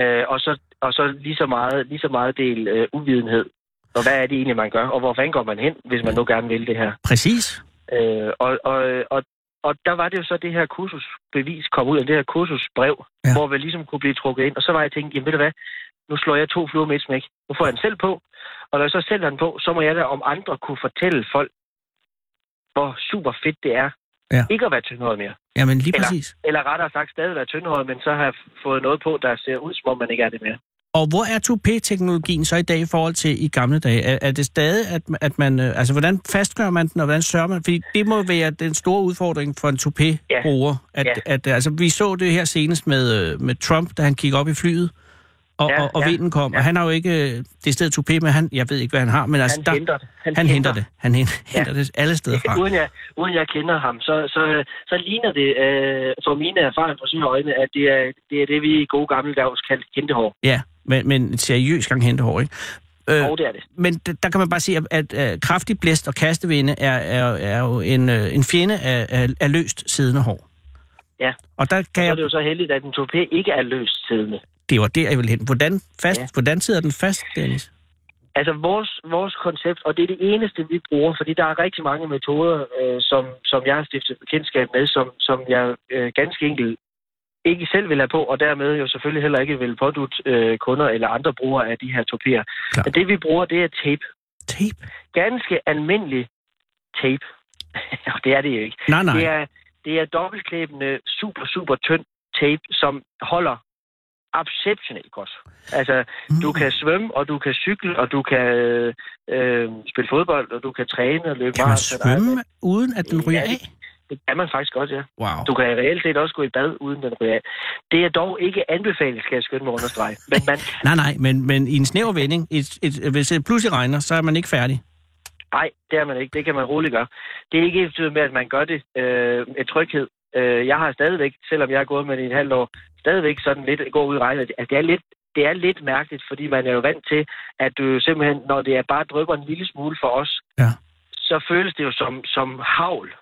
S6: Øh, og, så, og så lige så meget, lige så meget del øh, uvidenhed. Og hvad er det egentlig, man gør? Og hvor fanden går man hen, hvis man nu gerne vil det her?
S2: Præcis.
S6: Øh, og, og, og, og der var det jo så det her kursusbevis kom ud af det her kursusbrev,
S2: Ja.
S6: ja. hvor vi ligesom kunne blive trukket ind. Og så var jeg tænkt, jamen ved du hvad, nu slår jeg to fluer med et smæk. Nu får jeg den selv på, og når jeg så selv har den på, så må jeg da om andre kunne fortælle folk, hvor super fedt det er.
S2: Ja.
S6: Ikke at være tyndhåret mere.
S2: Jamen lige
S6: Eller-
S2: præcis.
S6: Eller rettere sagt stadig være tyndhåret, men så har jeg f- fået noget på, der ser ud, som om man ikke er det mere.
S2: Og hvor er 2P-teknologien så i dag i forhold til i gamle dage? Er, er det stadig, at, at man... øh, Altså, hvordan fastgør man den, og hvordan sørger man? Fordi det må være den store udfordring for en 2P-bruger. At,
S6: Ja.
S2: at, altså, vi så det her senest med, øh, med Trump, da han kiggede op i flyet, og,
S6: Ja,
S2: og, og
S6: ja,
S2: vinden kom. Og han har jo ikke... øh, Det er stedet 2P, men han, jeg ved ikke, hvad han har, men altså,
S6: Han,
S2: der,
S6: henter, det.
S2: han henter det. Han hen-
S6: Ja.
S2: henter det alle steder fra.
S6: uden, jeg, uden jeg kender ham, så, så, så ligner det øh, for mine erfaringer fra sine øjne, at det er, det er det, vi i gode gamle dags kaldte kendehår.
S2: Ja, men, men et seriøst gang hente hår, ikke? Øh,
S6: Og det er det.
S2: men d- der kan man bare se, at, at, at kraftig blæst og kastevinde er, er, er jo en, øh, en fjende af, af, af løst siddende hår.
S6: Ja.
S2: Og der kan
S6: Så er
S2: jeg...
S6: det jo så heldigt, at en topé ikke er løst siddende.
S2: Det var der, jeg ville hen. Hvordan, fast, ja.
S6: Ja.
S2: hvordan sidder den fast, Dennis?
S6: Altså vores, vores koncept, og det er det eneste, vi bruger, fordi der er rigtig mange metoder, øh, som, som jeg har stiftet bekendtskab med, som, som jeg øh, ganske enkelt ikke selv vil have på, og dermed jo selvfølgelig heller ikke vil pådute øh, kunder eller andre brugere af de her topier.
S2: Klart.
S6: Men det vi bruger, det er tape.
S2: Tape?
S6: Ganske almindelig tape. og det er det jo ikke.
S2: Nej, nej.
S6: Det er, det er dobbeltklæbende, super, super tynd tape, som holder exceptionelt godt. Altså,
S2: Mm.
S6: du kan svømme, og du kan cykle, og du kan øh, øh, spille fodbold, og du kan træne og løbe
S2: Kan man
S6: maraton.
S2: svømme, uden at den
S6: Ja,
S2: ryger
S6: det-
S2: af?
S6: Det kan man faktisk godt, ja.
S2: Wow.
S6: Du kan i reelt set også gå i bad, uden den ryger af. Det er dog ikke anbefalet, skal jeg skynde mig at understrege. Men man,
S2: Nej, nej, men, men i en snæver vending, et, et, hvis det pludselig regner, så er man ikke færdig.
S6: Nej, det er man ikke. Det kan man roligt gøre. Det er ikke ens med, at man gør det øh, med tryghed. Øh, jeg har stadigvæk, selvom jeg er gået med det i et halvt år, stadigvæk sådan lidt gå ud i regnet. Altså, det er lidt det er lidt mærkeligt, fordi man er jo vant til, at du jo simpelthen, når det er bare drypper en lille smule for os,
S2: Ja.
S6: så føles det jo som, som havl,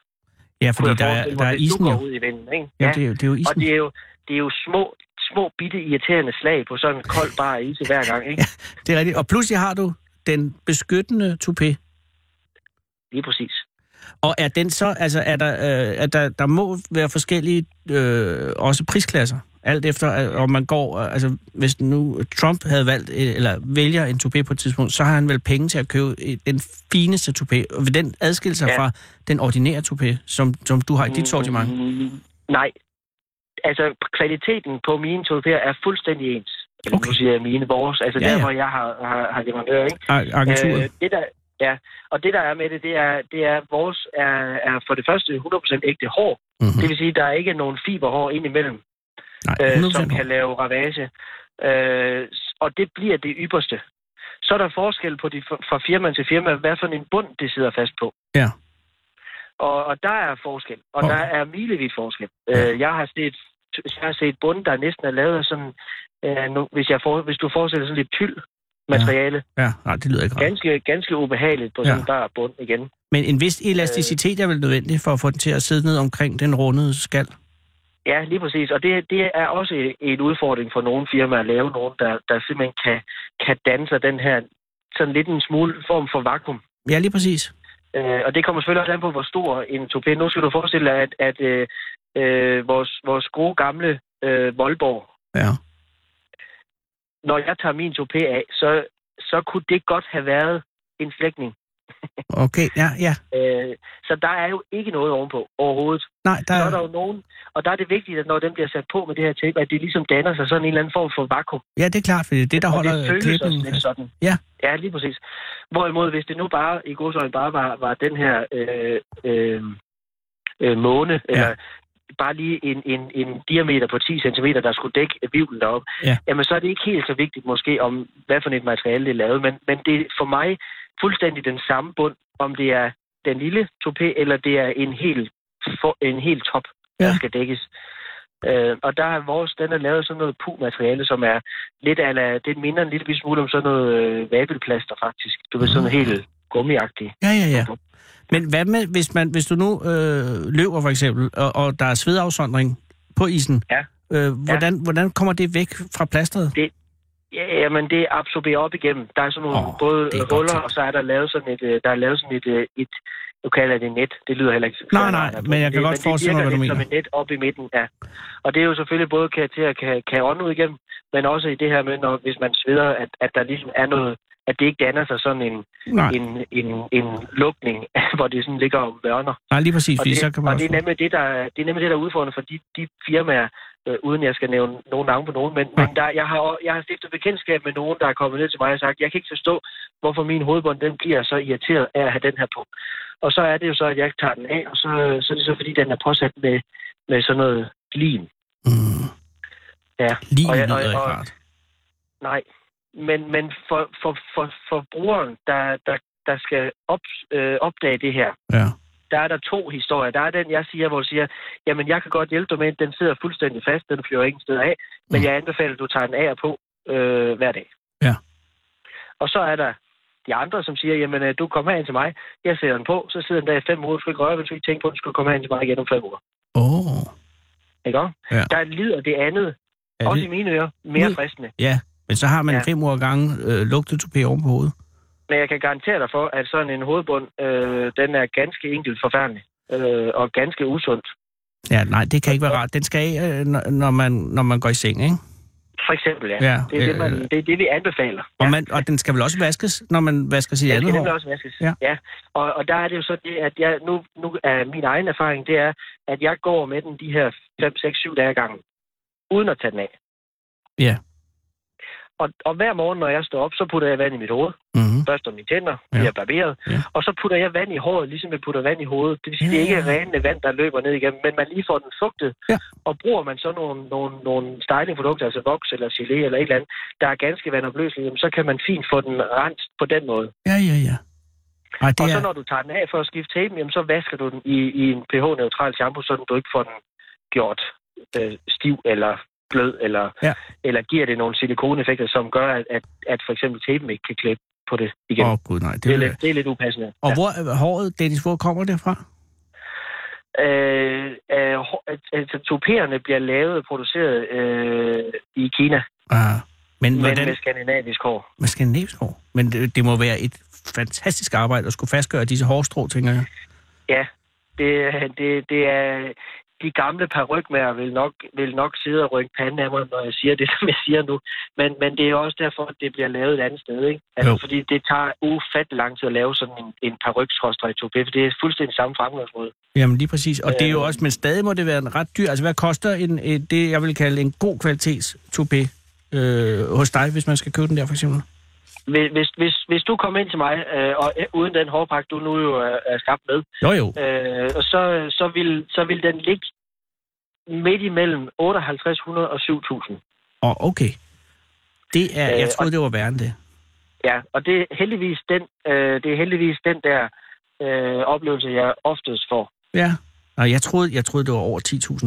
S2: Ja, fordi
S6: kunne
S2: der
S6: jeg
S2: er,
S6: forestille
S2: der
S6: mig,
S2: er
S6: hvis
S2: isen
S6: du
S2: jo.
S6: går ud i vinden, ikke?
S2: Ja, det er jo, det er jo
S6: Og
S2: isen.
S6: det er jo, det er jo små, små bitte irriterende slag på sådan en kold bar is hver gang, ikke?
S2: Det er rigtigt. Og pludselig har du den beskyttende toupé.
S6: Lige præcis.
S2: Og er den så, altså er der, øh, er der, der må være forskellige øh, også prisklasser, alt efter øh, om man går, øh, altså hvis nu Trump havde valgt, øh, eller vælger en toupé på et tidspunkt, så har han vel penge til at købe øh, den fineste toupé, og vil den adskille sig ja.
S6: Ja.
S2: fra den ordinære toupé, som, som du har i dit sortiment?
S6: Mm, Nej. Altså, kvaliteten på mine toiletpærer er fuldstændig ens. Eller
S2: Okay.
S6: Nu siger jeg mine, vores. Altså
S2: Ja,
S6: ja, der,
S2: ja.
S6: ja. hvor jeg har, har, har leverandører, ikke?
S2: Ar- Agenturet?
S6: Øh, det der, ja, og det der er med det, det er, det er vores er, er for det første 100% ægte hår.
S2: Mhm.
S6: Det vil sige, der er ikke nogen fiberhår ind imellem,
S2: Nej,
S6: øh,
S2: 100%
S6: som
S2: hår.
S6: kan lave ravage. Øh, s- og det bliver det ypperste. Så er der forskel på de, fra firma til firma, hvad for en bund det sidder fast på.
S2: Ja.
S6: Og, og der er forskel, og
S2: Okay.
S6: der er milevidt forskel. Øh, jeg har set jeg har set bund, der næsten er lavet af sådan, øh, nu, hvis, jeg for, hvis du forestiller sådan lidt tyld materiale,
S2: Ja, nej, det lyder ikke rart.
S6: ganske, ganske ubehageligt på sådan en bar bund igen.
S2: Men en vis elasticitet er vel nødvendig for at få den til at sidde ned omkring den rundede skal?
S6: Ja, lige præcis. Og det, det er også en udfordring for nogle firmaer at lave nogen, der, der simpelthen kan, kan danne sig den her sådan lidt en smule form for vakuum.
S2: Ja, lige præcis.
S6: Øh, og det kommer selvfølgelig også an på, hvor stor en topé. Nu skal du forestille dig, at, at øh, øh, vores, vores gode gamle øh, Voldborg,
S2: Ja.
S6: når jeg tager min topé af, så, så kunne det godt have været en flækning.
S2: Okay, ja, ja.
S6: Øh, så der er jo ikke noget ovenpå overhovedet.
S2: Nej, der
S6: Så er
S2: er...
S6: der jo nogen, og der er det vigtigt, at når den bliver sat på med det her tape, at det ligesom danner sig sådan en eller anden form for vakuum.
S2: Ja, det er klart, fordi det er det, der
S6: og det
S2: holder
S6: føles også
S2: klippen.
S6: lidt sådan.
S2: Ja.
S6: Ja, lige præcis. Hvorimod, hvis det nu bare i godsøjne bare var, var den her øh, øh, øh, måne, ja. eller bare lige en, en, en diameter på 10 cm, der skulle dække vivlen derop,
S2: Ja.
S6: jamen så er det ikke helt så vigtigt måske, om hvad for et materiale det er lavet, men, men det er for mig fuldstændig den samme bund, om det er den lille topé, eller det er en hel, for, en hel top, der
S2: Ja.
S6: skal dækkes. Øh, og der er vores, den er lavet af sådan noget pu-materiale, som er lidt ala, det minder en lille smule om sådan noget øh, vabelplaster faktisk. Du ved, sådan helt gummiagtigt.
S2: Ja, ja, ja. Men hvad med, hvis, man, hvis du nu øh, løber for eksempel, og, og der er svedafsondring på isen,
S6: Ja.
S2: øh, hvordan, hvordan kommer det væk fra plasteret?
S6: Ja, Jamen, det er absorberet op igennem. Der er sådan nogle
S2: Åh,
S6: oh, både
S2: det er godt
S6: huller,
S2: tænkt.
S6: og så er der lavet sådan et, øh, der er lavet sådan et, øh, et nu kalder jeg det net. Det lyder heller ikke... så
S2: Nej, nej,
S6: rart,
S2: men jeg kan
S6: det,
S2: godt forestille mig,
S6: det
S2: hvad du
S6: virker lidt
S2: mener.
S6: som et net op i midten, ja. Og det er jo selvfølgelig både kan, til at kan, kan ånde ud igennem, men også i det her med, når, hvis man sveder, at, at der ligesom er noget at det ikke danner sig sådan en,
S2: Nej,
S6: en, en, en lukning, hvor det sådan ligger og vørner.
S2: nej lige præcis,
S6: Og
S2: fordi
S6: det,
S2: så kan man
S6: og det,
S2: også...
S6: er nemlig det, der, er- det er nemlig det, der er udfordrende for de, de firmaer, øh, uden jeg skal nævne nogen navn på nogen, men, men der, jeg, har, o- jeg har stiftet bekendtskab med nogen, der er kommet ned til mig og sagt, jeg kan ikke forstå, hvorfor min hovedbånd den bliver så irriteret af at have den her på. Og så er det jo så, at jeg tager den af, og så, så er det så, fordi den er påsat med, med sådan noget lim.
S2: Mm,
S6: Ja.
S2: lige
S6: Og jeg-
S2: lyder
S6: og-
S2: ikke
S6: og-
S2: rart.
S6: Nej, men, men for, for, for, for brugeren, der, der, der skal op, øh, opdage det her,
S2: Ja.
S6: der er der to historier. Der er den, jeg siger, hvor du siger, jamen jeg kan godt hjælpe dig med, den. den sidder fuldstændig fast, den flyver ingen sted af, men jeg anbefaler, at du tager den af og på øh, hver dag.
S2: Mm. Ja.
S6: Og så er der de andre, som siger, jamen øh, du kommer herind til mig, jeg sætter den på, så sidder den der i fem uger, du skal ikke røre, hvis du ikke tænker på, at du skal komme herind til mig igen om fem uger.
S2: Åh, oh,
S6: Ikke også?
S2: Ja.
S6: Der lider det andet,
S2: er
S6: også i
S2: det... Mm.
S6: mine ører, mere
S2: Ud-
S6: fristende.
S2: Ja, men så har man
S6: Ja.
S2: fem uger gange øh, lugtetopé oven på hovedet.
S6: Men jeg kan garantere dig for, at sådan en hovedbund, øh, den er ganske enkelt forfærdelig. Øh, og ganske usundt.
S2: Ja, nej, det kan ikke være rart. Den skal af, øh, når- når man, når man går i seng, ikke?
S6: For eksempel, ja.
S2: Ja,
S6: det, er det, man,
S2: øh.
S6: det er det, vi anbefaler.
S2: Og, man, og den skal vel også vaskes, når man vasker sit
S6: Ja, det
S2: andet
S6: skal nemlig
S2: hår?
S6: også vaskes.
S2: Ja.
S6: Ja. ja. Og, og der er det jo så det, at jeg nu, nu er min egen erfaring, det er, at jeg går med den de her 5, 6, 7 dage ad gangen, uden at tage den af.
S2: Ja.
S6: Og, og hver morgen, når jeg står op, så putter jeg vand i mit hoved.
S2: Mm-hmm.
S6: Først om mine tænder,
S2: Ja.
S6: ja. jeg er barberet.
S2: Ja.
S6: Ja. Og så putter jeg vand i håret, ligesom jeg putter vand i hovedet. Det vil sige,
S2: Ja,
S6: det er ikke
S2: ja.
S6: rene vand, der løber ned igennem, men man lige får den fugtet.
S2: Ja.
S6: Og bruger man så nogle, nogle, nogle stylingprodukter, altså voks eller gelé eller et eller andet, der er ganske vandopløselige, jamen, så kan man fint få den renset på den måde.
S2: Ja, ja, ja. Ej, det
S6: Og så
S2: er,
S6: når du tager den af for at skifte tapen, jamen, så vasker du den i, i en pH-neutral shampoo, så du ikke får den gjort øh, stiv eller blød, eller,
S2: Ja.
S6: eller giver det nogle silikoneffekter, som gør, at, at, at for eksempel tapen ikke kan klippe på det igen.
S2: Åh,
S6: Og
S2: oh, gud, nej. Det,
S6: det, er
S2: det
S6: lidt, Øh, det er lidt upassende.
S2: Og hvor er håret, Dennis, hvor kommer det fra?
S6: Øh, øh, hår- altså, toupéerne bliver lavet og produceret øh, i Kina,
S2: Ah, men, men,
S6: men
S2: den,
S6: med skandinavisk hår.
S2: med skandinavisk hår. Men det, det, må være et fantastisk arbejde at skulle fastgøre disse hårstrå, tænker jeg.
S6: Ja, det, er- det, det er... De gamle parrykmager vil nok, vil nok sidde og rykke panden af mig, når jeg siger det, som jeg siger nu. Men, men det er også derfor, at det bliver lavet et andet sted. Ikke? Altså,
S2: Jo.
S6: fordi det tager ufattelig lang tid at lave sådan en, en parryk i for det er fuldstændig samme fremgangsmåde.
S2: Jamen lige præcis. Og det er jo
S6: Øh.
S2: også, men stadig må det være en ret dyr. Altså hvad koster en, øh, det, jeg vil kalde en god kvalitets toupé øh, hos dig, hvis man skal købe den der for eksempel?
S6: Hvis, hvis, hvis, hvis du kommer ind til mig, øh, og øh, uden den hårpakke, du nu jo er, er skabt med,
S2: Jo jo.
S6: øh, og så, så, vil, så vil den ligge midt imellem 5800 og 7000.
S2: Og okay. Det er, jeg
S6: Øh,
S2: troede, det var værre end det.
S6: Ja, og det er heldigvis den, øh, det er heldigvis den der øh, oplevelse, jeg oftest får.
S2: Ja. Og jeg troede, jeg troede, det var over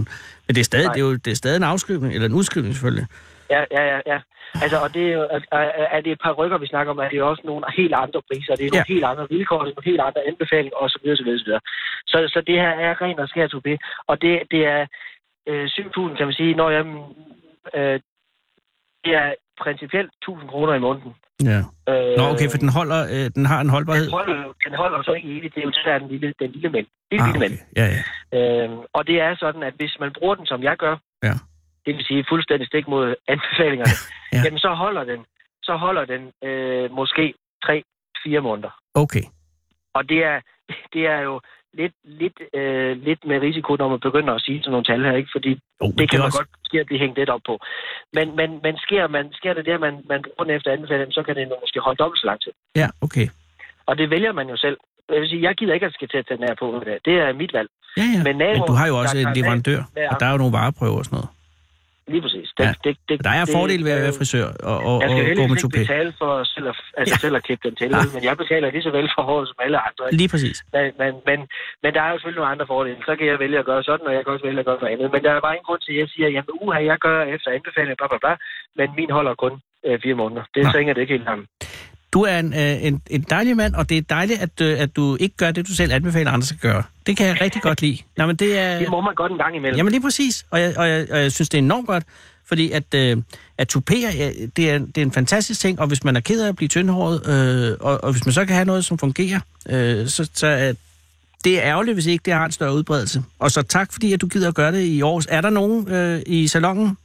S2: 10.000. Men det er stadig,
S6: Nej.
S2: det er jo, det er stadig en afskrivning, eller en udskrivning selvfølgelig.
S6: Ja, ja, ja. ja. Altså, og det er, jo- er, er- er det et par rykker, vi snakker om, er det også nogle helt andre priser, det er nogle helt andre vilkår, det er nogle helt andre anbefalinger osv. osv., osv. Så, så det her er ren og skær toupé, og det, det er øh, 7.000, kan man sige, når jeg... Øh, det er principielt 1.000 kroner i måneden.
S2: Ja.
S6: Øh,
S2: Nå, okay, for den, holder, øh, den har en holdbarhed.
S6: den holder, jo- den holder jo så ikke evigt, det er jo det, der er den lille, den lille mænd. Lille,
S2: Ah,
S6: lille mænd.
S2: okay. Ja, ja.
S6: Øh, og det er sådan, at hvis man bruger den, som jeg gør,
S2: Ja.
S6: det vil sige fuldstændig stik mod anbefalingerne,
S2: Ja.
S6: ja. jamen så holder den, så holder den øh, måske 3-4 måneder.
S2: Okay.
S6: Og det er, det er jo lidt, lidt, øh, lidt med risiko, når man begynder at sige sådan nogle tal her, ikke? fordi
S2: Jo, men
S6: det kan
S2: er
S6: man også... godt sker at blive hængt lidt op på. Men, men, men sker, man, sker det der, man, man bruger den efter anbefalingen, så kan det måske holde dobbelt så lang tid.
S2: Ja, okay.
S6: Og det vælger man jo selv. Jeg vil sige, jeg gider ikke, at jeg skal til at tage den her på. Det er mit valg.
S2: Ja, ja. Men,
S6: Men naboen,
S2: men du har jo
S6: der
S2: også
S6: tager
S2: en
S6: med-
S2: leverandør,
S6: med-
S2: og der er jo nogle vareprøver og sådan noget.
S6: Lige præcis. Det,
S2: Ja.
S6: det, det,
S2: Der er
S6: det-
S2: fordele ved at være
S6: øh,
S2: frisør og, og, og
S6: Jeg skal jo
S2: gå med
S6: heldigvis ikke
S2: toupé.
S6: betale for selv at, altså
S2: Ja.
S6: ja. selv at klippe den til,
S2: Nej.
S6: men jeg betaler lige så vel for håret som alle andre. ikke?
S2: Lige præcis.
S6: Men, men, men, men der er jo selvfølgelig nogle andre fordele. Så kan jeg vælge at gøre sådan, og jeg kan også vælge at gøre noget andet. Men der er bare ingen grund til, at jeg siger, jamen uha, jeg gør efter anbefaling, bla bla bla, men min holder kun øh, fire måneder. Det
S2: Nå.
S6: så hænger det ikke helt sammen.
S2: Du er en, øh, en, en dejlig mand, og det er dejligt, at, øh, at du ikke gør det, du selv anbefaler andre skal gøre. Det kan jeg rigtig godt lide. Nej, men det er...
S6: Det må man godt en gang imellem.
S2: Jamen lige præcis, og jeg, og, jeg, og jeg synes, det er enormt godt, fordi at, øh, at tupere, ja, det, er, det er en fantastisk ting, og hvis man er ked af at blive tyndhåret, øh, og, og hvis man så kan have noget, som fungerer, øh, så, så er det er ærgerligt, hvis ikke det har en større udbredelse. Og så tak, fordi at du gider at gøre det i år. Er der nogen øh, i salongen?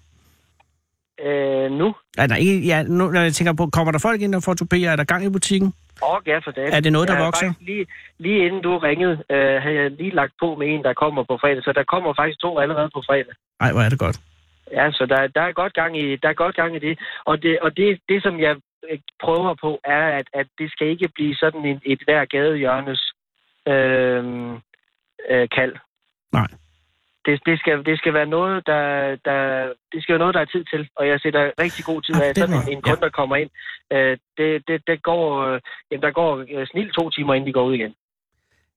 S6: Øh, nu?
S2: Ja, nej, ikke, ja, nu, når jeg tænker på, kommer der folk ind og får tupere? Er der gang i butikken?
S6: Åh, ja, for det.
S2: Er det noget, der
S6: jeg har
S2: vokser?
S6: faktisk Lige, lige inden du ringede, øh, havde jeg lige lagt på med en, der kommer på fredag. Så der kommer faktisk to allerede på fredag.
S2: Nej, hvor er det godt.
S6: Ja, så der, der er godt gang i, der er godt gang i det. Og det, og det, det som jeg øh, prøver på, er, at, at det skal ikke blive sådan en, et hver gadehjørnes øh, øh, kald.
S2: Nej.
S6: Det, det, skal, det skal være noget, der, der, det skal være noget, der er tid til, og jeg sætter rigtig god tid
S2: Ah,
S6: af.
S2: den
S6: Sådan
S2: måde.
S6: en, en kunde, der kommer ind, øh, det, det, det går, øh, jamen, der går øh, snil to timer, inden de går ud igen.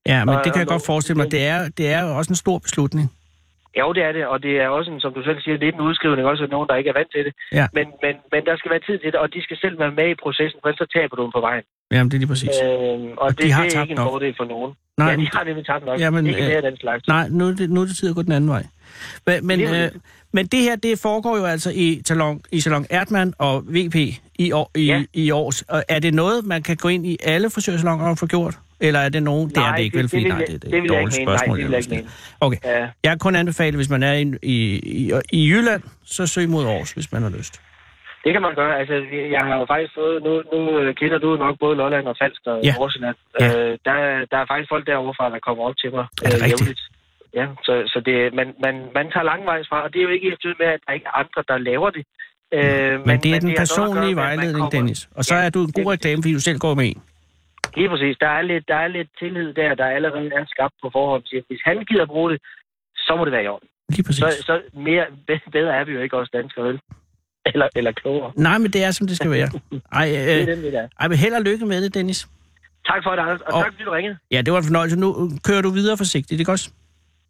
S2: Ja, men
S6: Og-
S2: det kan jeg
S6: og-
S2: godt forestille mig. Det er, det er jo også en stor beslutning.
S6: Jo, det er det, og det er også, en, som du selv siger, lidt en udskrivning, også nogen, der ikke er vant til det.
S2: Ja.
S6: Men, men, men der skal være tid til det, og de skal selv være med i processen, for ellers så taber du dem på vejen.
S2: Jamen, det er lige præcis.
S6: Øhm, og,
S2: Og
S6: og
S2: de
S6: det,
S2: har
S6: det er
S2: tabt
S6: ikke en
S2: nok.
S6: fordel for nogen.
S2: Nej,
S6: ja, de
S2: men-
S6: har nemlig tabt nok.
S2: Jamen,
S6: Jamen, ikke
S2: øh,
S6: mere af den slags.
S2: Nej, nu, er det- nu er det tid at gå den anden vej. Men, men,
S6: Lige
S2: øh,
S6: præcis.
S2: men det her, det foregår jo altså i salon, i salon Erdmann og VP i, år, i,
S6: Ja.
S2: i års. Og er det noget, man kan gå ind i alle frisørsalonger og få gjort? Eller er det nogen? det er det ikke, vel? Fordi,
S6: vil
S2: nej,
S6: jeg-
S2: det, det,
S6: det
S2: er
S6: vil
S2: et
S6: jeg
S2: dårligt
S6: ikke mene. Nej, det
S2: spørgsmål.
S6: vil jeg
S2: jeg
S6: ikke mene.
S2: Okay.
S6: Ja.
S2: Jeg kan kun anbefale, hvis man er i, i, i, i Jylland, så søg mod Aarhus, hvis man har lyst.
S6: Det kan man gøre. Altså, vi- jeg har jo faktisk fået... Nu, nu øh, kender du jo nok både Lolland og Falster og
S2: Ja.
S6: Nordsjælland.
S2: Ja.
S6: Øh, der, der er faktisk folk derovre fra, der kommer op til mig. øh,
S2: Er det rigtigt?
S6: jævnligt. Ja, så, så det, man, man, man tager langvejs fra, og det er jo ikke et med, at der ikke er andre, der laver det. Øh, men,
S2: Men, men det er den
S6: har noget at gøre
S2: personlige
S6: med, at man
S2: vejledning,
S6: kommer-
S2: Dennis. Og så
S6: Ja,
S2: er du en
S6: det
S2: god reklame, fordi du selv går med en.
S6: Lige præcis. Der er lidt, der er lidt tillid der, der allerede er skabt på forhånd. Siger, hvis han gider bruge det, så må det være i orden.
S2: Lige præcis.
S6: Så, så mere, be- bedre er vi jo ikke også danskere, vel? Eller, eller klogere.
S2: Nej, men det er, som det skal være. Ej,
S6: Det er
S2: øh,
S6: den, vi er.
S2: ej men held og lykke med det, Dennis.
S6: Tak for det, Anders. Og,
S2: Og-
S6: og tak, fordi du ringede.
S2: Ja, det var en fornøjelse. Nu kører du videre forsigtigt, ikke også?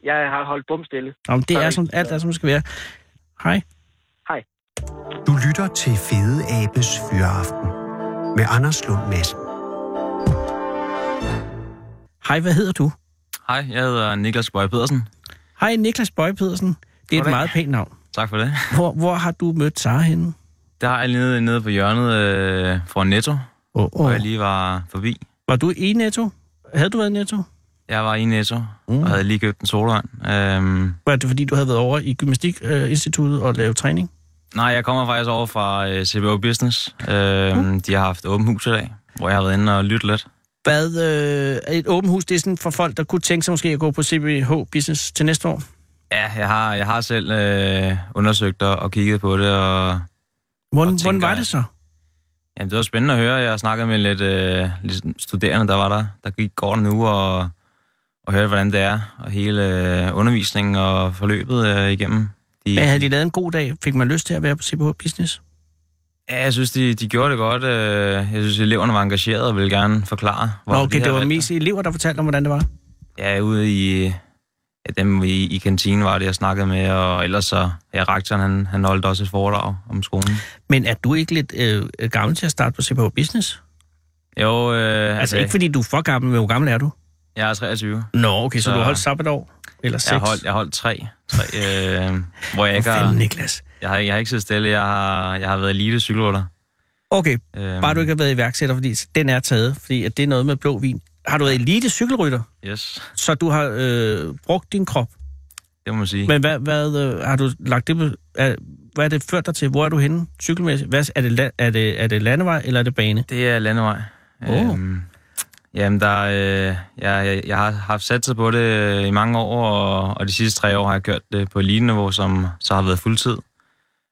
S6: Jeg har holdt bomstille.
S2: Om det er
S6: Tak.
S2: som, alt er, som det skal være. Hej.
S4: Du lytter til Fede Abes Fyraften med Anders Lund Madsen.
S2: Hej, hvad hedder du?
S7: Hej, jeg hedder Niklas Bøje Pedersen.
S2: Hej, Niklas Bøje Pedersen. Det er et
S7: Goddag.
S2: meget pænt navn.
S7: Tak for det.
S2: Hvor, hvor har du mødt Sara henne?
S7: Der er jeg nede, nede på hjørnet øh, fra Netto, oh.
S2: Oh,
S7: hvor
S2: oh.
S7: jeg lige var forbi.
S2: Var du i Netto? Havde du været i Netto?
S7: Jeg var i Netto
S2: Mm.
S7: mm. og havde lige købt en sodavand. Øhm,
S2: Var det, fordi du havde været over i Gymnastikinstituttet øh, og lavet træning?
S7: nej, jeg kommer faktisk over fra øh, CBO Business. Øhm,
S2: Mm.
S7: De har haft åben hus i dag, hvor jeg har været inde og lytte lidt.
S2: Hvad, øh, et åbent hus, det er sådan for folk, der kunne tænke sig måske at gå på CBH Business til næste år.
S7: Ja, jeg har, jeg har selv øh, undersøgt og, og kigget på det, og
S2: Hvordan,
S7: Og
S2: hvordan
S7: tænker
S2: var
S7: jeg-
S2: det så?
S7: Jamen, det var spændende at høre. Jeg snakkede med lidt, øh, lidt studerende, der var der, der gik går nu, og, og hørte, hvordan det er, og hele øh, undervisningen og forløbet øh, igennem. De,
S2: Hvad, havde de lavet en god dag? Fik man lyst til at være på CBH Business?
S7: Ja, jeg synes, de, de gjorde det godt. Øh, jeg synes, eleverne var engagerede og ville gerne forklare.
S2: Nå, okay,
S7: de
S2: det var
S7: valgte.
S2: mest elever, der fortalte om, hvordan det var.
S7: Ja, ude i, ja, dem i, i kantinen var det, jeg snakkede med, og ellers så, ja, rektoren, han, han holdt også et foredrag om skolen.
S2: Men er du ikke lidt øh, gammel til at starte på CBH Business?
S7: Jo, øh,
S2: Altså, altså ikke fordi du er for gammel, men hvor gammel er du?
S7: jeg er 23.
S2: Nå, okay, så, så
S7: Så-
S2: du har holdt sabbatår? Eller seks?
S7: Jeg har holdt, jeg har holdt tre, tre øh, hvor jeg ikke
S2: Hvor
S7: har...
S2: fanden, Niklas?
S7: Jeg har, jeg har ikke siddet stille. Jeg har, jeg har været elite cykelrytter.
S2: Okay,
S7: Øhm,
S2: bare du ikke har været iværksætter, fordi den er taget, fordi at det er noget med blå vin. Har du været elite cykelrytter,
S7: Yes,
S2: så du har øh, brugt din krop?
S7: det må man sige. Men,
S2: Men hvad, hvad øh, har du lagt det på? Er, hvad er det ført dig til? Hvor er du henne cykelmæssigt? Hvad, er, det, la- er, det, er det landevej, eller er det bane?
S7: det er landevej.
S2: Åh.
S7: Øhm, jamen, der, øh, jeg, jeg, jeg har haft satset på det øh, i mange år, og, og de sidste tre år har jeg kørt det på elite-niveau, som så har været fuldtid.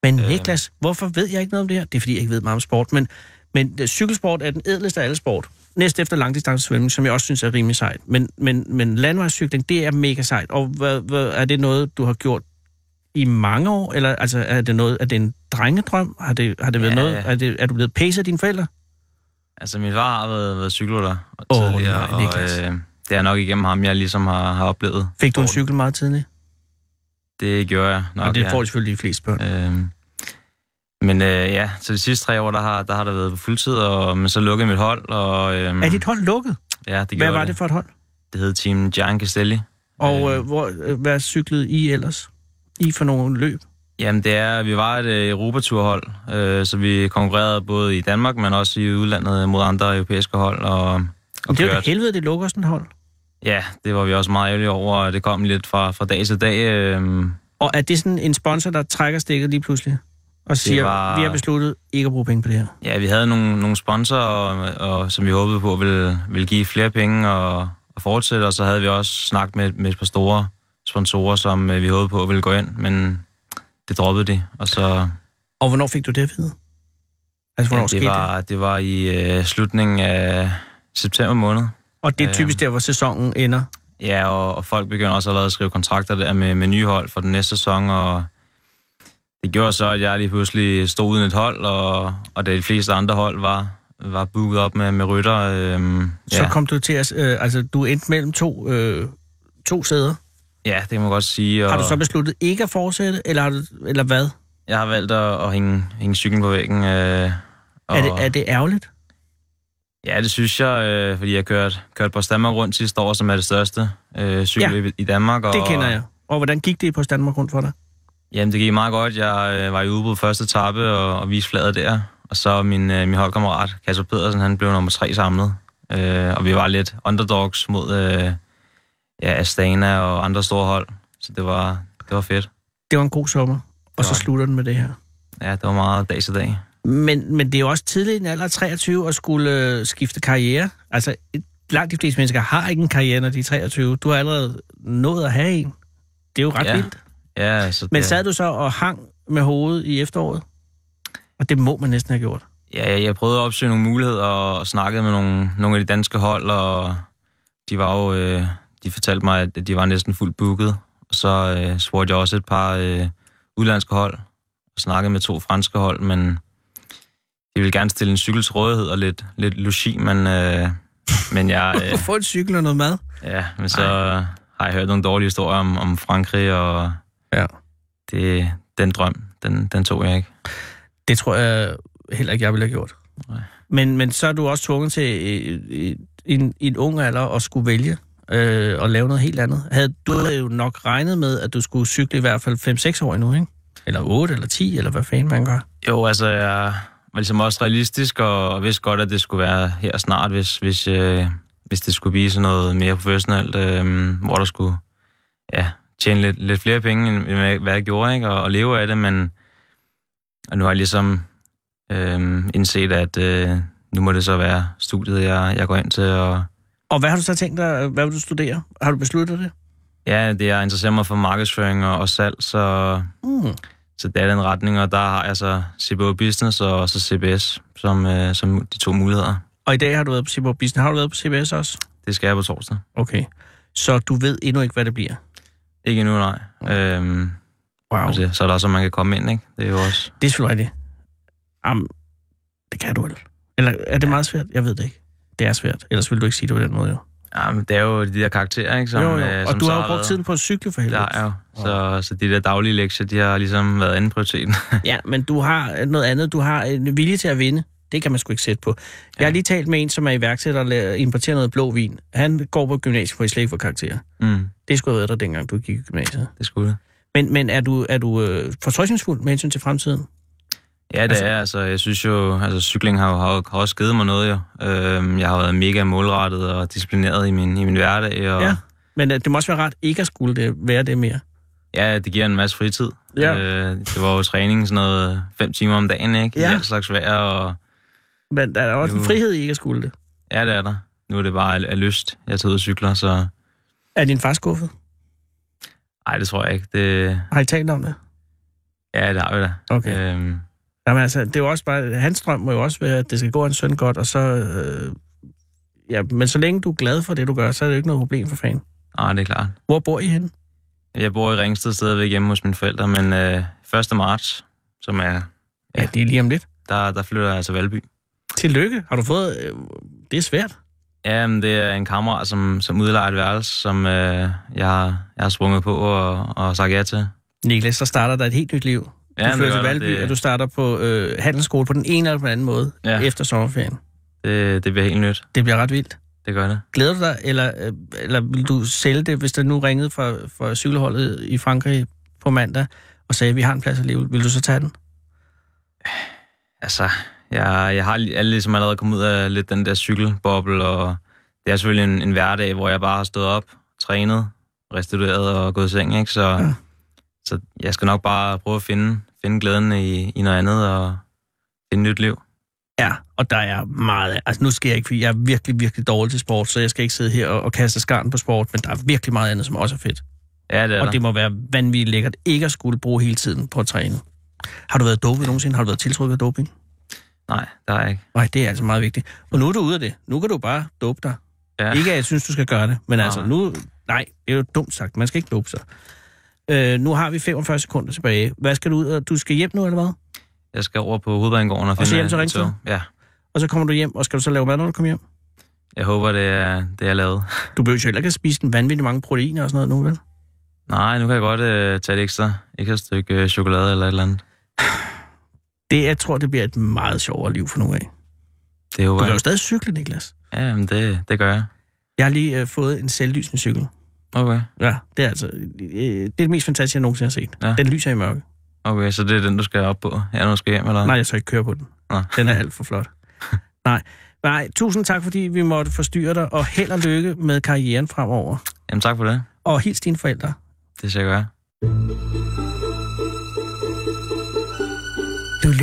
S2: Men
S7: Øh.
S2: Niklas, hvorfor ved jeg ikke noget om det her? Det er fordi, jeg ikke ved meget om sport, men, men øh, cykelsport er den ædleste af alle sport. Næst efter langdistancesvømning, som jeg også synes er rimelig sejt. Men, men, men landvejscykling, det er mega sejt. Og hvad, hvad, er det noget, du har gjort i mange år? Eller altså, er det noget, er det en drengedrøm? Har det, har det været
S7: Ja.
S2: noget? Er, det, er du blevet pacet af dine forældre?
S7: Altså, min far har været, været cykelrytter og
S2: Åh,
S7: tidligere,
S2: nej,
S7: og
S2: Niklas.
S7: øh, det er nok igennem ham, jeg ligesom har, har oplevet.
S2: Fik du en
S7: sporten.
S2: cykel meget tidligt?
S7: Det gjorde jeg nok,
S2: Okay, og det
S7: ja.
S2: får selvfølgelig de fleste børn.
S7: Øhm, men øh, ja, så de sidste tre år, der har der, har der været på fuldtid, og, men så lukkede mit hold. Og, øhm,
S2: Er dit hold lukket?
S7: Ja, det gjorde
S2: Hvad var det
S7: det.
S2: for et hold?
S7: Det hed Team Gian Castelli.
S2: Og
S7: Øh.
S2: øh, hvor, øh, hvad cyklede I ellers? I for nogle løb?
S7: Jamen det er, vi var et øh, Europaturhold, øh, så vi konkurrerede både i Danmark, men også i udlandet mod andre europæiske hold. Og, og
S2: Det er jo da
S7: kørte.
S2: helvede, det lukker sådan et hold.
S7: Ja, det var vi også meget ærgerlige over, og det kom lidt fra, fra dag til dag. Øh,
S2: Og er det sådan en sponsor, der trækker stikket lige pludselig? Og siger, var...
S7: var-
S2: vi har besluttet ikke at bruge penge på det her.
S7: ja, vi havde nogle, nogle sponsorer, og, og, som vi håbede på ville, ville give flere penge og, og fortsætte, og så havde vi også snakket med, med et par store sponsorer, som øh, vi håbede på ville gå ind, men det droppede de, og så...
S2: Og hvornår fik du det at vide? Altså, hvornår ja,
S7: Ja,
S2: skete
S7: det,
S2: det?
S7: var, det var i øh, slutningen af september måned.
S2: Og det er typisk
S7: Øhm.
S2: der, hvor sæsonen ender.
S7: Ja, og, og folk begynder også allerede at skrive kontrakter der med, med nye hold for den næste sæson, og det gjorde så, at jeg lige pludselig stod uden et hold, og, og da de fleste andre hold var, var booket op med, med rytter. Øhm,
S2: Ja. Så kom du til at... Øh, altså, du endte mellem to, øh, to sæder.
S7: Ja, det kan man godt sige. Og
S2: Har du så besluttet ikke at fortsætte, eller, har du, eller hvad?
S7: Jeg har valgt at, at hænge, hænge cyklen på væggen. Øh, og,
S2: Er det, er det ærgerligt?
S7: Ja, det synes jeg, øh, fordi jeg kørte, kørte på Stammer rundt sidste år, som er det største øh, cykel ja, i Danmark. Og,
S2: Det kender jeg. Og hvordan gik det på Danmark rundt for dig?
S7: Jamen, det gik meget godt. Jeg øh, var i udbud første etape og, og viste fladet der. Og så min, øh, min holdkammerat, Kasper Pedersen, han blev nummer tre samlet. Øh, og vi var lidt underdogs mod øh, ja, Astana og andre store hold. Så det var, det var fedt.
S2: Det var en god sommer, og så
S7: Det var-
S2: slutter den med det her.
S7: Ja, det var meget dag til dag.
S2: Men, men det er jo også tidligt i en alder af 23 at skulle øh, skifte karriere. Altså, et- langt de fleste mennesker har ikke en karriere, når de er 23. Du har allerede nået at have en. Det er jo ret ja.
S7: Ja.
S2: vildt.
S7: Ja, så
S2: Men
S7: det,
S2: sad du så og hang med hovedet i efteråret? Og det må man næsten have gjort.
S7: Ja, jeg, jeg prøvede at opsøge nogle muligheder og, og snakkede med nogle, nogle af de danske hold, og de var jo, øh, de fortalte mig, at de var næsten fuldt booket. Og så øh, spurgte jeg også et par øh, udlandske hold, og snakkede med to franske hold, men de ville gerne stille en cykel til rådighed og lidt, lidt logi, men, øh, men jeg, øh,
S2: Få en cykel og noget mad.
S7: ja, men så øh, har jeg hørt nogle dårlige historier om, om Frankrig, og
S2: Ja.
S7: det, den drøm, den, den tog jeg ikke.
S2: Det tror jeg heller ikke, jeg ville have gjort.
S7: Nej.
S2: Men, men så er du også tvunget til øh, øh, en, en ung alder at skulle vælge øh, og lave noget helt andet. Havde, du havde jo nok regnet med, at du skulle cykle i hvert fald 5-6 år endnu, ikke? Eller 8 eller 10, eller hvad fanden man gør.
S7: Jo, altså jeg var ligesom også realistisk, og og vidste godt, at det skulle være her snart, hvis, hvis, øh, hvis det skulle blive sådan noget mere professionelt, øh, hvor der skulle ja, tjene lidt, lidt flere penge, end hvad jeg- hvad jeg gjorde, ikke? Og, og leve af det, men og nu har jeg ligesom øh, indset, at øh, nu må det så være studiet, jeg, jeg går ind til, og
S2: Og hvad har du så tænkt dig, hvad vil du studere? Har du besluttet det?
S7: ja, det jeg interesserer mig for markedsføring og, og salg, så
S2: Mm.
S7: Så det er den retning, og der har jeg så CBO Business og så CBS som, øh, som de to muligheder.
S2: Og i dag har du været på Ciborg Business. Har du været på CBS også?
S7: Det skal jeg på torsdag.
S2: Okay. Så du ved endnu ikke, hvad det bliver?
S7: Ikke endnu, nej. Øhm,
S2: Wow.
S7: altså, så er der også, at man kan komme ind, ikke? Det er jo også...
S2: Det er selvfølgelig rigtigt. Jamen, det kan du vel. Eller er det meget svært? Jeg ved det ikke. Det er svært. Ellers ville du ikke sige det på den måde, jo.
S7: Ja, men det er jo de der karakterer, ikke? Som, øh,
S2: og
S7: som
S2: du
S7: så
S2: har jo brugt
S7: været-
S2: tiden på at cykle for
S7: Det
S2: helvede.
S7: har jeg jo. Så, så de der daglige lektier, de har ligesom været anden prioriteten.
S2: Ja, men du har noget andet. Du har en vilje til at vinde. Det kan man sgu ikke sætte på. Jeg har lige talt med en, som er iværksætter og laver- importerer noget blå vin. Han går på gymnasiet, for I slet ikke får karakterer.
S7: mm,
S2: Det skulle have været der, dengang du gik i gymnasiet.
S7: det skulle det.
S2: Men, men er du, er du øh, fortrøstningsfuld med hensyn til fremtiden?
S7: Ja, det
S2: Altså-
S7: altså, er. Altså, jeg synes jo, altså cykling har, jo- har, jo- har også givet mig noget, jo. Øhm, jeg har været mega målrettet og disciplineret i min, i min hverdag, og
S2: Ja.
S7: ja.
S2: Men øh, det må også være rart ikke at skulle det, være det mere.
S7: Ja, det giver en masse fritid.
S2: Ja.
S7: Øh, det var jo træning sådan noget fem timer om dagen, ikke?
S2: Ja.
S7: Ja. I alt slags vejr, og
S2: Men der er også en
S7: Jo.
S2: frihed i ikke at skulle det.
S7: ja, det er der. Nu er det bare af- af lyst, jeg tager ud og cykler, så...
S2: Er din far skuffet?
S7: Ej, det tror jeg ikke. Det...
S2: Har I talt om det?
S7: Ja, det har vi da.
S2: Okay.
S7: Øhm,
S2: Jamen altså, det er jo også bare, hans drøm må jo også være, at det skal gå hans søn godt, og så... Øh, ja, men så længe du er glad for det, du gør, så er det jo ikke noget problem for fanden.
S7: nej, ah, det er klart.
S2: Hvor bor I henne?
S7: Jeg bor i Ringsted stadigvæk hjemme hos mine forældre, men øh, 1. marts, som er...
S2: Ja, det er lige om lidt.
S7: Der, der flytter jeg altså til Valby.
S2: Tillykke. Har du fået... Øh, det er svært.
S7: Ja, men det er en kammerat, som, som udlejer et værelse, som øh, jeg, har- jeg har sprunget på og, og sagt ja til.
S2: Niklas, så starter der et helt nyt liv. Du
S7: Ja, men
S2: flytter
S7: det
S2: til
S7: gør der.
S2: Valby,
S7: Det-
S2: og du starter på øh, handelsskole på den ene eller den anden måde ja.
S7: Ja.
S2: efter sommerferien.
S7: Det, det bliver helt nyt.
S2: Det bliver ret vildt.
S7: Det gør det.
S2: Glæder du dig, eller, øh, eller vil du sælge det, hvis der nu ringede fra, fra cykelholdet i Frankrig på mandag og sagde, at vi har en plads alligevel, vil du så tage den?
S7: Altså, jeg, jeg har li- jeg er ligesom allerede kommet ud af lidt den der cykelboble, og det er selvfølgelig en, en hverdag, hvor jeg bare har stået op, trænet, restitueret og gået i seng, ikke? Så,
S2: Ja.
S7: ja. så jeg skal nok bare prøve at finde, finde glæden i, i noget andet og finde et nyt liv.
S2: Ja, og der er meget... Altså nu skal jeg ikke, fordi jeg er virkelig, virkelig dårlig til sport, så jeg skal ikke sidde her og, og kaste skarn på sport, men der er virkelig meget andet, som også er fedt.
S7: Ja, det er
S2: Og
S7: det...
S2: det må være vanvittigt lækkert ikke at skulle bruge hele tiden på at træne. Har du været dopet nogensinde? Har du været tiltrykket af doping?
S7: Nej, der er jeg ikke.
S2: Nej, det er altså meget vigtigt. Og nu er du ude af det. Nu kan du bare dope dig.
S7: Ja.
S2: Ikke at jeg synes, du skal gøre det, men altså
S7: Nej.
S2: nu... Nej, det er jo dumt sagt. Man skal ikke dope sig. Øh, nu har vi 45 sekunder tilbage. Hvad skal du ud? og- Du skal hjem nu, eller hvad?
S7: Jeg skal over på hovedbanegården og finde øh,
S2: så hjem til
S7: et
S2: Ringsted?
S7: tog. Ja,
S2: Og så kommer du hjem, og skal du så lave mad, når du kommer hjem?
S7: jeg håber, det er, det er lavet.
S2: Du behøver jo heller ikke at spise en vanvittig mange proteiner og sådan noget nu, vel?
S7: Nej, nu kan jeg godt øh, tage et ekstra, ekstra stykke øh, chokolade eller et eller andet.
S2: Det, jeg tror, det bliver et meget sjovere liv for nu af.
S7: Det er jo
S2: Du kan jo stadig cykle, Niklas.
S7: Ja, men det, det gør jeg.
S2: Jeg har lige øh, fået en selvlysende cykel.
S7: Okay,
S2: Ja, det er altså øh, det, er det mest fantastiske, jeg nogensinde har set.
S7: Ja.
S2: Ja. Den lyser i mørke.
S7: okay, så det er den, du skal op på. Er der, du skal hjem, eller?
S2: Nej, jeg tør ikke køre på den.
S7: Nå.
S2: Den er alt for flot. Nej. Nej, tusind tak, fordi vi måtte forstyrre dig, og held og lykke med karrieren fremover.
S7: Jamen, tak for det.
S2: Og hils dine forældre.
S7: Det skal jeg gøre.
S1: Du